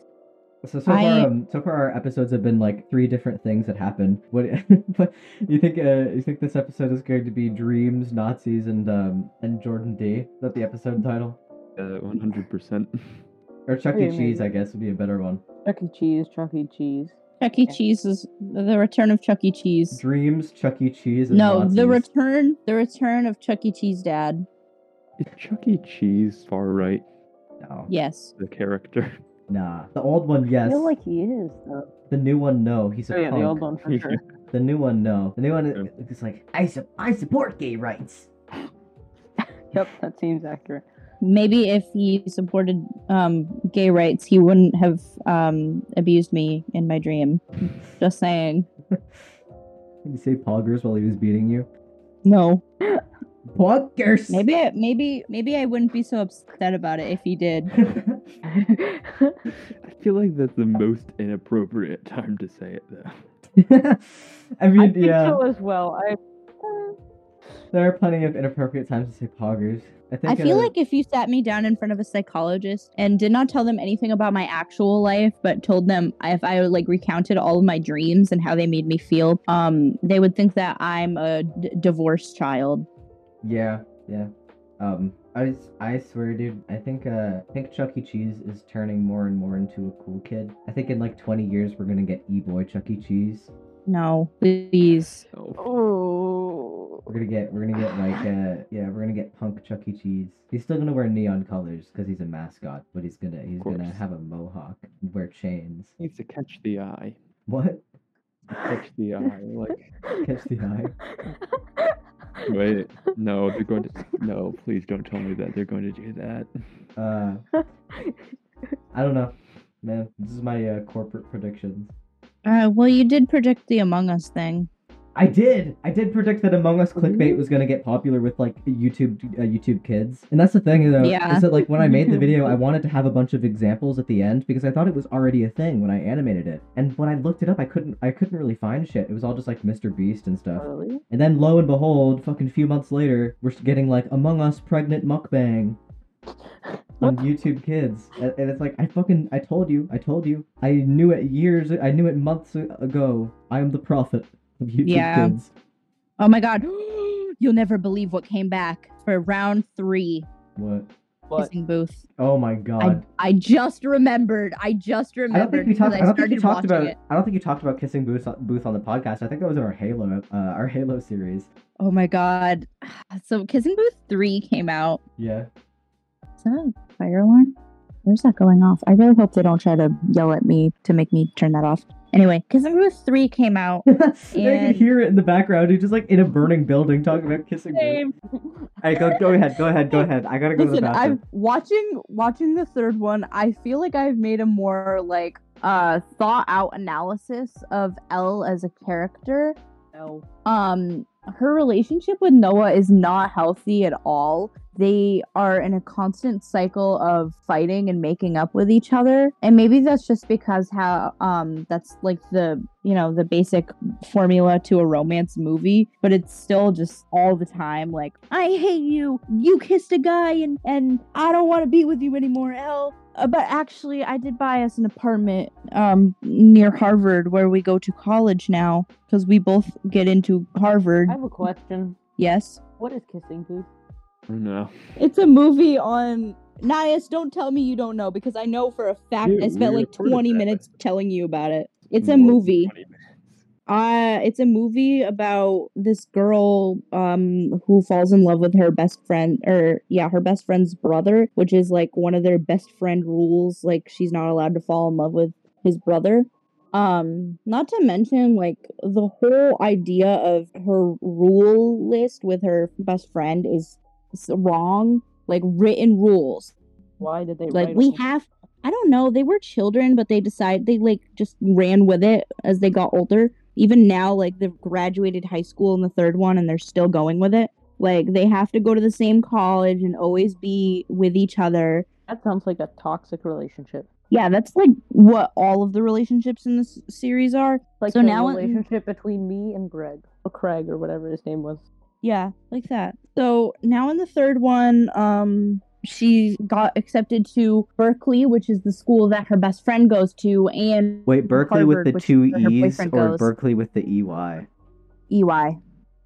Speaker 1: So so
Speaker 2: I-
Speaker 1: far, um, so far our episodes have been like three different things that happened. What what- you think? Uh, you think this episode is going to be dreams, Nazis, and um and Jordan D? Is that the episode title?
Speaker 4: Uh, 100%.
Speaker 1: Or Chuck
Speaker 3: Yeah,
Speaker 1: E. Cheese,
Speaker 3: maybe.
Speaker 1: I guess, would be a better one.
Speaker 3: Chuck E. Cheese, Chuck E. Cheese.
Speaker 2: Chuck E.
Speaker 3: Yeah.
Speaker 2: Cheese is the return of Chuck E. Cheese.
Speaker 1: Dreams, Chuck E. Cheese, and
Speaker 2: No, the
Speaker 1: Nazis.
Speaker 2: return the return of Chuck E. Cheese dad.
Speaker 4: Is Chuck E. Cheese far right,
Speaker 1: no,
Speaker 2: Yes.
Speaker 4: the character?
Speaker 1: nah. The old one,
Speaker 3: I
Speaker 1: yes.
Speaker 3: feel like he is, though.
Speaker 1: The new one, no. He's a
Speaker 3: Oh, yeah,
Speaker 1: punk.
Speaker 3: the old one for sure.
Speaker 1: The new one, no. The new one,
Speaker 4: Okay.
Speaker 1: it- it's like I su- I support gay rights.
Speaker 3: yep, that seems accurate.
Speaker 2: Maybe if he supported um, gay rights, he wouldn't have um, abused me in my dream. Just saying.
Speaker 1: Did you say poggers while he was beating you?
Speaker 2: No.
Speaker 1: Poggers.
Speaker 2: Maybe maybe maybe I wouldn't be so upset about it if he did.
Speaker 4: I feel like that's the most inappropriate time to say it, though.
Speaker 1: I mean,
Speaker 3: I think
Speaker 1: yeah.
Speaker 3: so as well. I, uh,
Speaker 1: There are plenty of inappropriate times to say poggers. I think.
Speaker 2: I feel
Speaker 1: uh,
Speaker 2: like if you sat me down in front of a psychologist and did not tell them anything about my actual life, but told them if I like recounted all of my dreams and how they made me feel, um, they would think that I'm a d- divorced child.
Speaker 1: Yeah, yeah. Um, I s- I swear, dude. I think uh, I think Chuck E. Cheese is turning more and more into a cool kid. I think in like 20 years we're gonna get E Boy Chuck E. Cheese.
Speaker 2: No, please.
Speaker 4: Oh,
Speaker 3: oh.
Speaker 1: We're gonna get we're gonna get like uh yeah we're gonna get Punk Chuck E. Cheese. He's still gonna wear neon colors because he's a mascot, but he's gonna he's gonna
Speaker 4: course.
Speaker 1: have a mohawk and wear chains.
Speaker 4: needs to catch the eye.
Speaker 1: What?
Speaker 4: Catch the eye. Like,
Speaker 1: Catch the eye.
Speaker 4: wait. No, they're going to. No, please don't tell me that they're going to do that.
Speaker 1: Uh, I don't know, man. This is my uh, corporate predictions.
Speaker 2: Uh, well, you did predict the Among Us thing.
Speaker 1: I did. I did predict that Among Us clickbait was gonna get popular with like YouTube, uh, YouTube Kids, and that's the thing though.
Speaker 2: Yeah.
Speaker 1: Is that like when I made the video, I wanted to have a bunch of examples at the end because I thought it was already a thing when I animated it, and when I looked it up, I couldn't, I couldn't really find shit. It was all just like Mr. Beast and stuff.
Speaker 3: Really?
Speaker 1: And then lo and behold, fucking few months later, we're getting like Among Us pregnant mukbang on YouTube Kids, and, and it's like I fucking I told you, I told you, I knew it years, I knew it months ago. I am the prophet of YouTube
Speaker 2: Yeah.
Speaker 1: Kids.
Speaker 2: Oh my God. You'll never believe what came back for round three
Speaker 1: What?
Speaker 3: What?
Speaker 2: kissing booth.
Speaker 1: Oh my
Speaker 2: I,
Speaker 1: god.
Speaker 2: I just remembered. I just
Speaker 1: I, don't
Speaker 2: remembered
Speaker 1: think you talked.
Speaker 2: because
Speaker 1: I,
Speaker 2: I
Speaker 1: don't think you
Speaker 2: started
Speaker 1: talked
Speaker 2: watching
Speaker 1: about.
Speaker 2: it.
Speaker 1: I don't think you talked about kissing booth booth on the podcast. I think that was in our Halo uh, our Halo series.
Speaker 2: Oh my God. So Kissing Booth 3 came out.
Speaker 1: Yeah.
Speaker 2: Is that a fire alarm? Where's that going off? I really hope they don't try to yell at me to make me turn that off. Anyway, Kissing Booth 3 came out.
Speaker 1: I can
Speaker 2: And-
Speaker 1: hear it in the background. You're just like in a burning building talking about kissing booth. Hey, go go ahead, go ahead, go ahead. I gotta go to the
Speaker 2: Listen,
Speaker 1: bathroom.
Speaker 2: I'm watching watching the third one. I feel like I've made a more like uh, thought out analysis of Elle as a character.
Speaker 3: No.
Speaker 2: Um, her relationship with Noah is not healthy at all. They are in a constant cycle of fighting and making up with each other, and maybe that's just because how um that's like the you know the basic formula to a romance movie, but it's still just all the time like I hate you, you kissed a guy, and and I don't want to be with you anymore, L. Uh, but actually, I did buy us an apartment um, near Harvard where we go to college now because we both get into Harvard.
Speaker 3: I have a question.
Speaker 2: Yes.
Speaker 3: What is kissing booth?
Speaker 4: Oh no.
Speaker 2: It's a movie on. Nias, don't tell me you don't know because I know for a fact
Speaker 4: Dude,
Speaker 2: I spent
Speaker 4: we
Speaker 2: like
Speaker 4: recorded
Speaker 2: 20
Speaker 4: that.
Speaker 2: minutes telling you about it. It's a
Speaker 4: More than
Speaker 2: movie.
Speaker 4: 20 minutes.
Speaker 2: Uh, it's a movie about this girl um who falls in love with her best friend or yeah, her best friend's brother, which is like one of their best friend rules like she's not allowed to fall in love with his brother. Um, not to mention like the whole idea of her rule list with her best friend is s- wrong, like written rules
Speaker 3: Why did they
Speaker 2: like
Speaker 3: write
Speaker 2: we
Speaker 3: all-
Speaker 2: have i don't know they were children but they decide they like just ran with it as they got older even now like they've graduated high school in the third one and they're still going with it like they have to go to the same college and always be with each other
Speaker 3: That sounds like a toxic relationship.
Speaker 2: yeah that's like what all of the relationships in this series are
Speaker 3: Like
Speaker 2: So
Speaker 3: the
Speaker 2: now it-
Speaker 3: relationship between me and Greg or Oh, Craig or whatever his name was.
Speaker 2: Yeah, like that. So now in the third one, um, she got accepted to Berkeley, which is the school that her best friend goes to, and
Speaker 1: Wait, Berkeley with
Speaker 2: Harvard,
Speaker 1: the
Speaker 2: which is
Speaker 1: two
Speaker 2: where her
Speaker 1: E's or
Speaker 2: boyfriend goes.
Speaker 1: Berkeley with the EY?
Speaker 2: EY.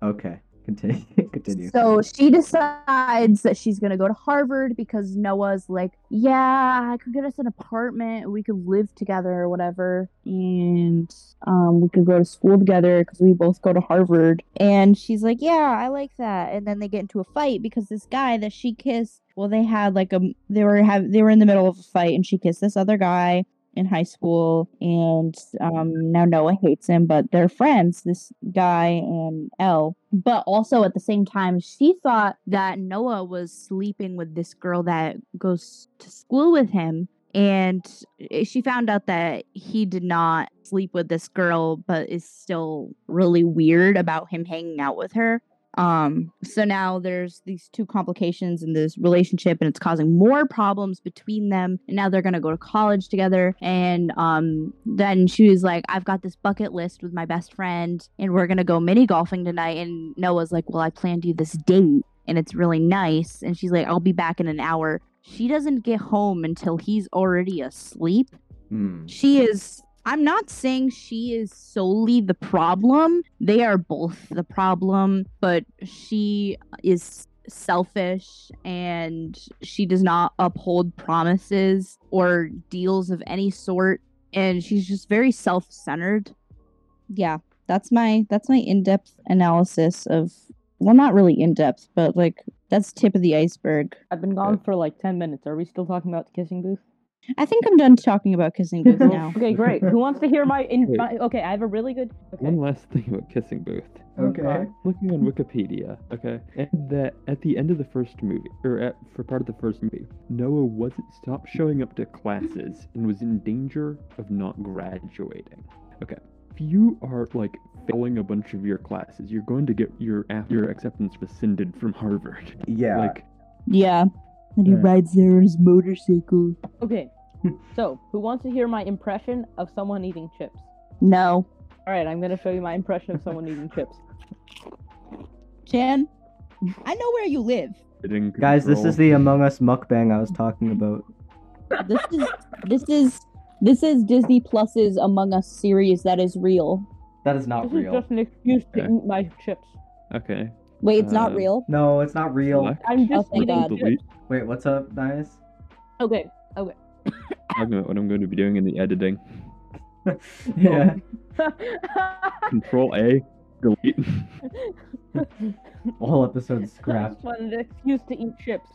Speaker 1: Okay, continue. continue.
Speaker 2: E So she decides that she's gonna go to Harvard because Noah's like, yeah, I could get us an apartment, we could live together or whatever, and um, we could go to school together because we both go to Harvard. And she's like, yeah, I like that. And then they get into a fight because this guy that she kissed, well, they had like a they were have they were in the middle of a fight and she kissed this other guy in high school and um, now noah hates him but they're friends this guy and l but also at the same time she thought that noah was sleeping with this girl that goes to school with him and eh, she found out that he did not sleep with this girl but is still really weird about him hanging out with her um so now there's these two complications in this relationship and it's causing more problems between them and now they're going to go to college together and um then she was like i've got this bucket list with my best friend and we're going to go mini golfing tonight and noah's like well i planned you this date and it's really nice and she's like i'll be back in an hour she doesn't get home until he's already asleep
Speaker 1: Hmm.
Speaker 2: she is i'm not saying she is solely the problem they are both the problem but she is selfish and she does not uphold promises or deals of any sort and she's just very self-centered yeah that's my that's my in-depth analysis of well not really in-depth but like that's tip of the iceberg
Speaker 3: I've been gone for like ten minutes. Are we still talking about kissing booth?
Speaker 2: i think i'm done talking about kissing booth
Speaker 3: Well,
Speaker 2: now
Speaker 3: Okay, great. Who wants to hear my, in-
Speaker 4: Wait.
Speaker 3: my okay, I have a really good okay.
Speaker 4: One last thing about Kissing Booth.
Speaker 2: Oh,
Speaker 1: Okay.
Speaker 4: Looking on Wikipedia, okay, and that at the end of the first movie, or at, for part of the first movie, Noah wasn't stopped showing up to classes and was in danger of not graduating. Okay, if you are like failing a bunch of your classes, you're going to get your app- your acceptance rescinded from Harvard.
Speaker 1: Yeah.
Speaker 4: Like,
Speaker 2: yeah and he
Speaker 1: Yeah.
Speaker 2: rides there on his motorcycle
Speaker 3: Okay. so, who wants to hear my impression of someone eating chips?
Speaker 2: No.
Speaker 3: All right, I'm going to show you my impression of someone eating chips.
Speaker 2: Chan, I know where you live.
Speaker 4: it in
Speaker 1: Guys, this is
Speaker 4: control.
Speaker 1: the Among Us mukbang I was talking about.
Speaker 2: This is this is this is Disney Plus's Among Us series that is real.
Speaker 1: That is not
Speaker 3: this is
Speaker 1: real.
Speaker 3: just an excuse to
Speaker 4: Okay.
Speaker 3: eat my chips.
Speaker 4: okay.
Speaker 2: Wait, it's
Speaker 1: Uh,
Speaker 2: not
Speaker 4: Um,
Speaker 2: real.
Speaker 1: No, it's not real.
Speaker 4: select,
Speaker 3: I'm
Speaker 2: Oh,
Speaker 3: just
Speaker 2: thank
Speaker 3: eating
Speaker 2: God.
Speaker 4: delete.
Speaker 3: chips.
Speaker 1: Wait, what's up, Nias?
Speaker 3: Okay.
Speaker 4: Talking about what I'm going to be doing in the editing.
Speaker 1: yeah.
Speaker 4: Control A, delete.
Speaker 1: All episodes
Speaker 3: I
Speaker 1: scrapped.
Speaker 3: just wanted an excuse to eat chips.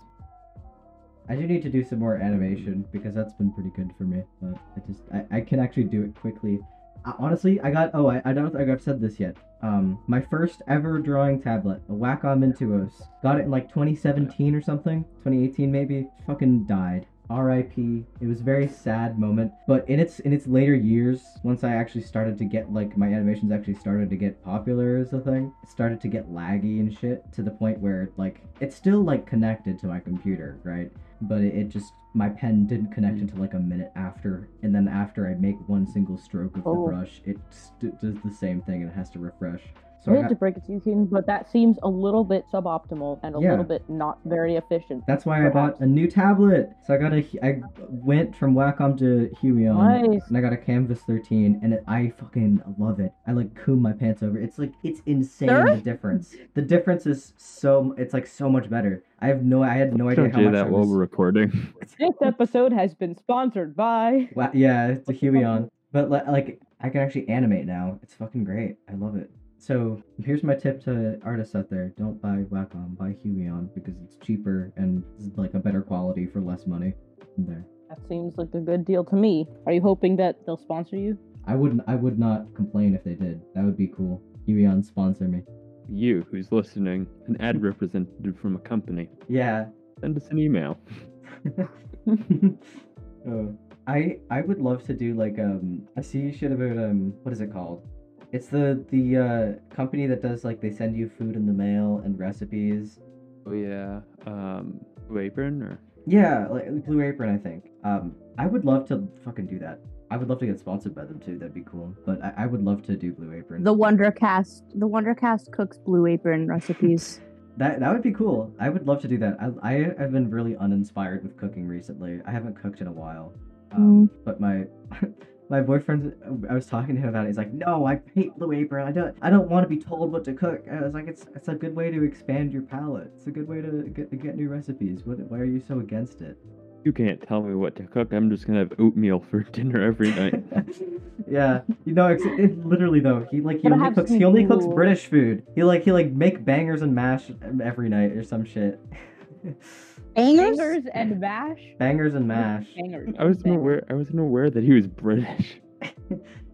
Speaker 1: I do need to do some more animation because that's been pretty good for me. But I just I, I can actually do it quickly. I, honestly, I got oh I, I don't think I've said this yet. Um, my first ever drawing tablet, a Wacom Mintuos. Got it in like 2017 or something, 2018 maybe. Fucking died. R.I.P. It was a very sad moment, but in its in its later years, once I actually started to get like my animations actually started to get popular as a thing, it started to get laggy and shit to the point where like it's still like connected to my computer, right? But it, it just my pen didn't connect
Speaker 3: Mm.
Speaker 1: until like a minute after, and then after I make one single stroke of
Speaker 3: Oh.
Speaker 1: the brush, it st- does the same thing and it has to refresh. So
Speaker 3: I
Speaker 1: I
Speaker 3: hate
Speaker 1: got-
Speaker 3: to break it to you, Keaton, but that seems a little bit suboptimal and a
Speaker 1: Yeah.
Speaker 3: little bit not very efficient.
Speaker 1: That's why I
Speaker 3: Perhaps.
Speaker 1: bought a new tablet. So I got a, I went from Wacom to Humion,
Speaker 3: Nice.
Speaker 1: and I got a Canvas 13, and it, I fucking love it. I like comb my pants over. It's like it's insane
Speaker 3: Sir?
Speaker 1: the difference. The difference is so it's like so much better. I have no, I had no idea
Speaker 7: Don't
Speaker 1: how
Speaker 7: do
Speaker 1: much I
Speaker 7: that while
Speaker 1: was-
Speaker 7: we're recording.
Speaker 3: This episode has been sponsored by.
Speaker 1: Wa- yeah, it's a Humion. But li- like, I can actually animate now. It's fucking great. I love it. So here's my tip to artists out there: don't buy Wacom, buy Humion because it's cheaper and it's like a better quality for less money. There.
Speaker 3: That seems like a good deal to me. Are you hoping that they'll sponsor you?
Speaker 1: I wouldn't. I would not complain if they did. That would be cool. Evian sponsor me.
Speaker 7: You, who's listening, an ad representative from a company,
Speaker 1: Yeah.
Speaker 7: send us an email.
Speaker 1: I I would love to do like um. I see shit about um. What is it called? It's the the uh, company that does like they send you food in the mail and recipes.
Speaker 7: Oh yeah, um, Blue Apron or
Speaker 1: Yeah, like Blue Apron, I think. Um, I would love to fucking do that. I would love to get sponsored by them too. That'd be cool. But I, I would love to do Blue Apron.
Speaker 2: The Wondercast. The Wondercast cooks blue apron recipes.
Speaker 1: That that would be cool. I would love to do that. I I have been really uninspired with cooking recently. I haven't cooked in a while.
Speaker 3: Hmm.
Speaker 1: Um, But my my boyfriend, I was talking to him about it. He's like, "No, I hate Blue Apron. I don't I don't want to be told what to cook." And I was like, "It's it's a good way to expand your palate. It's a good way to get to get new recipes. What why are you so against it?"
Speaker 7: you can't tell me what to cook. I'm just gonna have oatmeal for dinner every night.
Speaker 1: yeah, you know, it's, it, literally though, he like he
Speaker 3: But I
Speaker 1: only
Speaker 3: have
Speaker 1: cooks
Speaker 3: some
Speaker 1: he only cooks
Speaker 3: cool-
Speaker 1: British food. He like he like make bangers and mash every night or some shit.
Speaker 2: Bangers.
Speaker 3: and mash.
Speaker 1: bangers and mash.
Speaker 3: Hangers.
Speaker 7: I wasn't aware. I wasn't aware that he was British.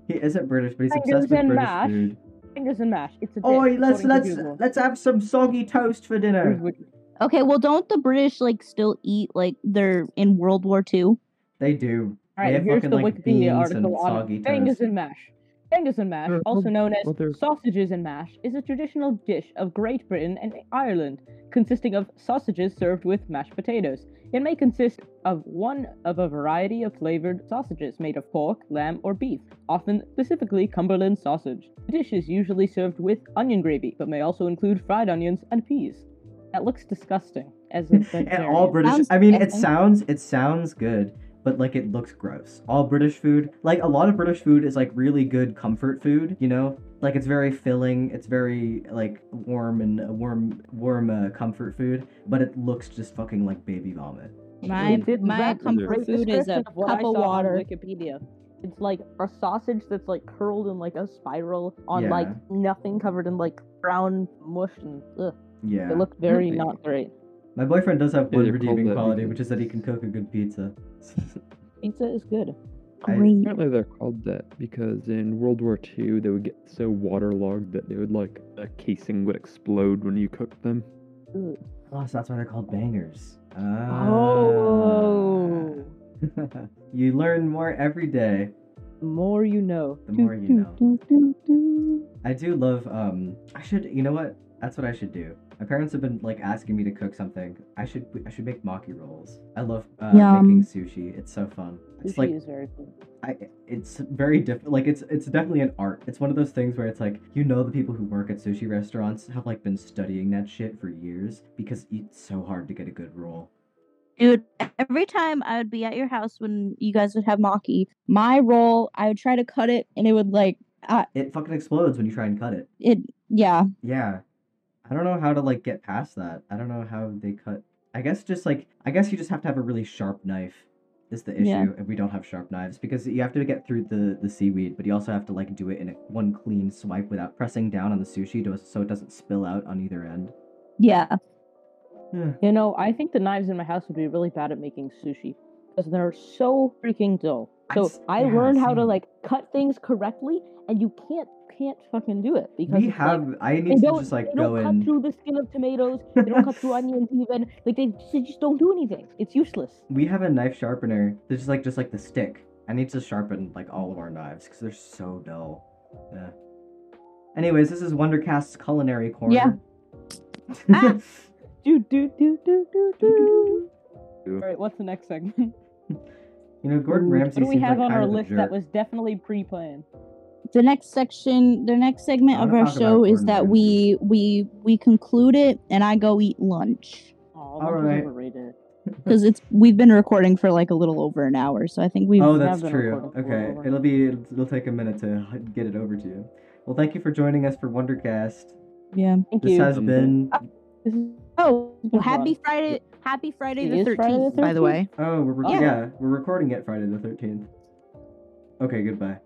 Speaker 1: He isn't British, but he's
Speaker 3: Fingers
Speaker 1: obsessed with
Speaker 3: and
Speaker 1: British
Speaker 3: mash.
Speaker 1: food.
Speaker 3: Fingers and mash. It's a.
Speaker 1: Oi,
Speaker 3: dish,
Speaker 1: let's
Speaker 3: according
Speaker 1: let's
Speaker 3: to Google.
Speaker 1: let's have some soggy toast for dinner.
Speaker 3: Here's Wiki.
Speaker 2: Okay, well, don't the British like still eat like they're in World War II?
Speaker 1: They do. they
Speaker 3: All right,
Speaker 1: have
Speaker 3: here's
Speaker 1: fucking
Speaker 3: the
Speaker 1: like beans
Speaker 3: Wikipedia
Speaker 1: and
Speaker 3: article
Speaker 1: soggy
Speaker 3: on
Speaker 1: toast.
Speaker 3: fingers and mash. Fingers and mash,
Speaker 7: Sure,
Speaker 3: also
Speaker 7: well,
Speaker 3: known
Speaker 7: well, they're-
Speaker 3: as sausages and mash, is a traditional dish of Great Britain and Ireland, consisting of sausages served with mashed potatoes. It may consist of one of a variety of flavored sausages made of pork, lamb, or beef, often specifically Cumberland sausage. The dish is usually served with onion gravy, but may also include fried onions and peas. That looks disgusting. As a
Speaker 1: and
Speaker 3: vegetarian.
Speaker 1: all British.
Speaker 2: Sounds
Speaker 1: I mean, it
Speaker 2: amazing.
Speaker 1: sounds it sounds good, but like it looks gross. All British food, like a lot of British food, is like really good comfort food. You know, like it's very filling. It's very like warm and uh, warm, warm uh, comfort food. But it looks just fucking like baby vomit.
Speaker 2: My
Speaker 3: It-
Speaker 2: my
Speaker 3: that's
Speaker 2: comfort
Speaker 3: great
Speaker 2: food is a
Speaker 3: description of what I
Speaker 2: cup of
Speaker 3: saw on
Speaker 2: water.
Speaker 3: Wikipedia. It's like a sausage that's like curled in like a spiral on
Speaker 1: Yeah.
Speaker 3: like nothing covered in like brown mush and ugh.
Speaker 1: Yeah,
Speaker 3: They look very
Speaker 7: Really?
Speaker 3: not great.
Speaker 1: my boyfriend does have
Speaker 7: Yeah,
Speaker 1: one
Speaker 7: they're called
Speaker 1: redeeming
Speaker 7: that
Speaker 1: quality,
Speaker 7: because-
Speaker 1: which is that he can cook a good pizza.
Speaker 3: Pizza is good.
Speaker 1: I-
Speaker 2: Great.
Speaker 7: Apparently, they're called that because in World War II, they would get so waterlogged that they would like the casing would explode when you cooked them.
Speaker 3: Ugh.
Speaker 1: Oh, so that's why they're called bangers. Ah.
Speaker 3: Oh,
Speaker 1: you learn more every day.
Speaker 3: the more you know.
Speaker 1: The
Speaker 3: Do,
Speaker 1: more you
Speaker 3: do,
Speaker 1: know.
Speaker 3: do, do, do.
Speaker 1: I do love um I should you know what? That's what I should do. My parents have been like asking me to cook something. I should I should make maki rolls. I love uh,
Speaker 2: Yum.
Speaker 1: making sushi. It's so fun. It's
Speaker 3: Sushi
Speaker 1: like
Speaker 3: is very good.
Speaker 1: I it's very different. Like it's it's definitely an art. It's one of those things where it's like you know the people who work at sushi restaurants have like been studying that shit for years because it's so hard to get a good roll.
Speaker 2: Dude, every time I would be at your house when you guys would have maki, my roll, I would try to cut it and it would like,
Speaker 1: It fucking explodes when you try and cut it.
Speaker 2: it, yeah.
Speaker 1: Yeah. I don't know how to like get past that. I don't know how they cut. I guess just like I guess you just have to have a really sharp knife is the issue
Speaker 2: Yeah.
Speaker 1: and we don't have sharp knives because you have to get through the the seaweed but you also have to like do it in a, one clean swipe without pressing down on the sushi to, so it doesn't spill out on either end.
Speaker 2: Yeah.
Speaker 3: You know, I think the knives in my house would be really bad at making sushi because they're so freaking dull. So
Speaker 1: s-
Speaker 3: I
Speaker 1: yeah,
Speaker 3: learned how to
Speaker 1: same.
Speaker 3: like cut things correctly, and you can't can't fucking do it because
Speaker 1: We
Speaker 3: it's,
Speaker 1: have.
Speaker 3: Like,
Speaker 1: I
Speaker 3: they
Speaker 1: need to
Speaker 3: don't,
Speaker 1: just like
Speaker 3: they
Speaker 1: go
Speaker 3: don't cut
Speaker 1: in.
Speaker 3: through the skin of tomatoes. They don't cut through onions even. Like they just, they just don't do anything. It's useless.
Speaker 1: We have a knife sharpener. This is like just like the stick. I need to sharpen like all of our knives because they're so dull. Yeah. Anyways, this is Wondercast's culinary corner.
Speaker 2: Ah!
Speaker 3: Do do do do do do.
Speaker 7: do.
Speaker 3: All right, what's the next segment?
Speaker 1: you know, Gordon
Speaker 2: Ooh, what
Speaker 1: Ramsay.
Speaker 3: Mm, What do we
Speaker 1: seems
Speaker 3: have
Speaker 1: like
Speaker 3: on
Speaker 1: kind
Speaker 3: our
Speaker 1: of a
Speaker 3: list
Speaker 1: jerk.
Speaker 3: that was definitely pre-planned?
Speaker 2: the next section the next segment
Speaker 1: I
Speaker 2: of
Speaker 1: wanna
Speaker 2: our
Speaker 1: talk
Speaker 2: show
Speaker 1: about
Speaker 2: is
Speaker 1: Gordon
Speaker 2: that we
Speaker 1: Ramsay.
Speaker 2: we we conclude it and i go eat lunch
Speaker 3: Oh,
Speaker 1: All right.
Speaker 3: overrated.
Speaker 2: because it's we've been recording for like a little over an hour so i think we've
Speaker 1: Oh,
Speaker 3: have
Speaker 1: that's
Speaker 3: been
Speaker 1: true.
Speaker 3: recording for
Speaker 1: Okay,
Speaker 3: over.
Speaker 1: it'll be it'll, it'll take a minute to get it over to you. Well, thank you for joining us for Wondercast.
Speaker 2: yeah
Speaker 3: Thank
Speaker 1: This
Speaker 3: you. Ah.
Speaker 1: has been
Speaker 3: This is-
Speaker 2: oh
Speaker 3: Good
Speaker 2: happy
Speaker 3: one.
Speaker 2: friday happy friday
Speaker 3: It
Speaker 2: the
Speaker 3: is
Speaker 2: 13th,
Speaker 3: Friday the
Speaker 2: by the
Speaker 3: 13th?
Speaker 2: way
Speaker 1: oh we're rec-
Speaker 3: Oh.
Speaker 1: yeah we're recording it Friday the thirteenth. Okay, goodbye.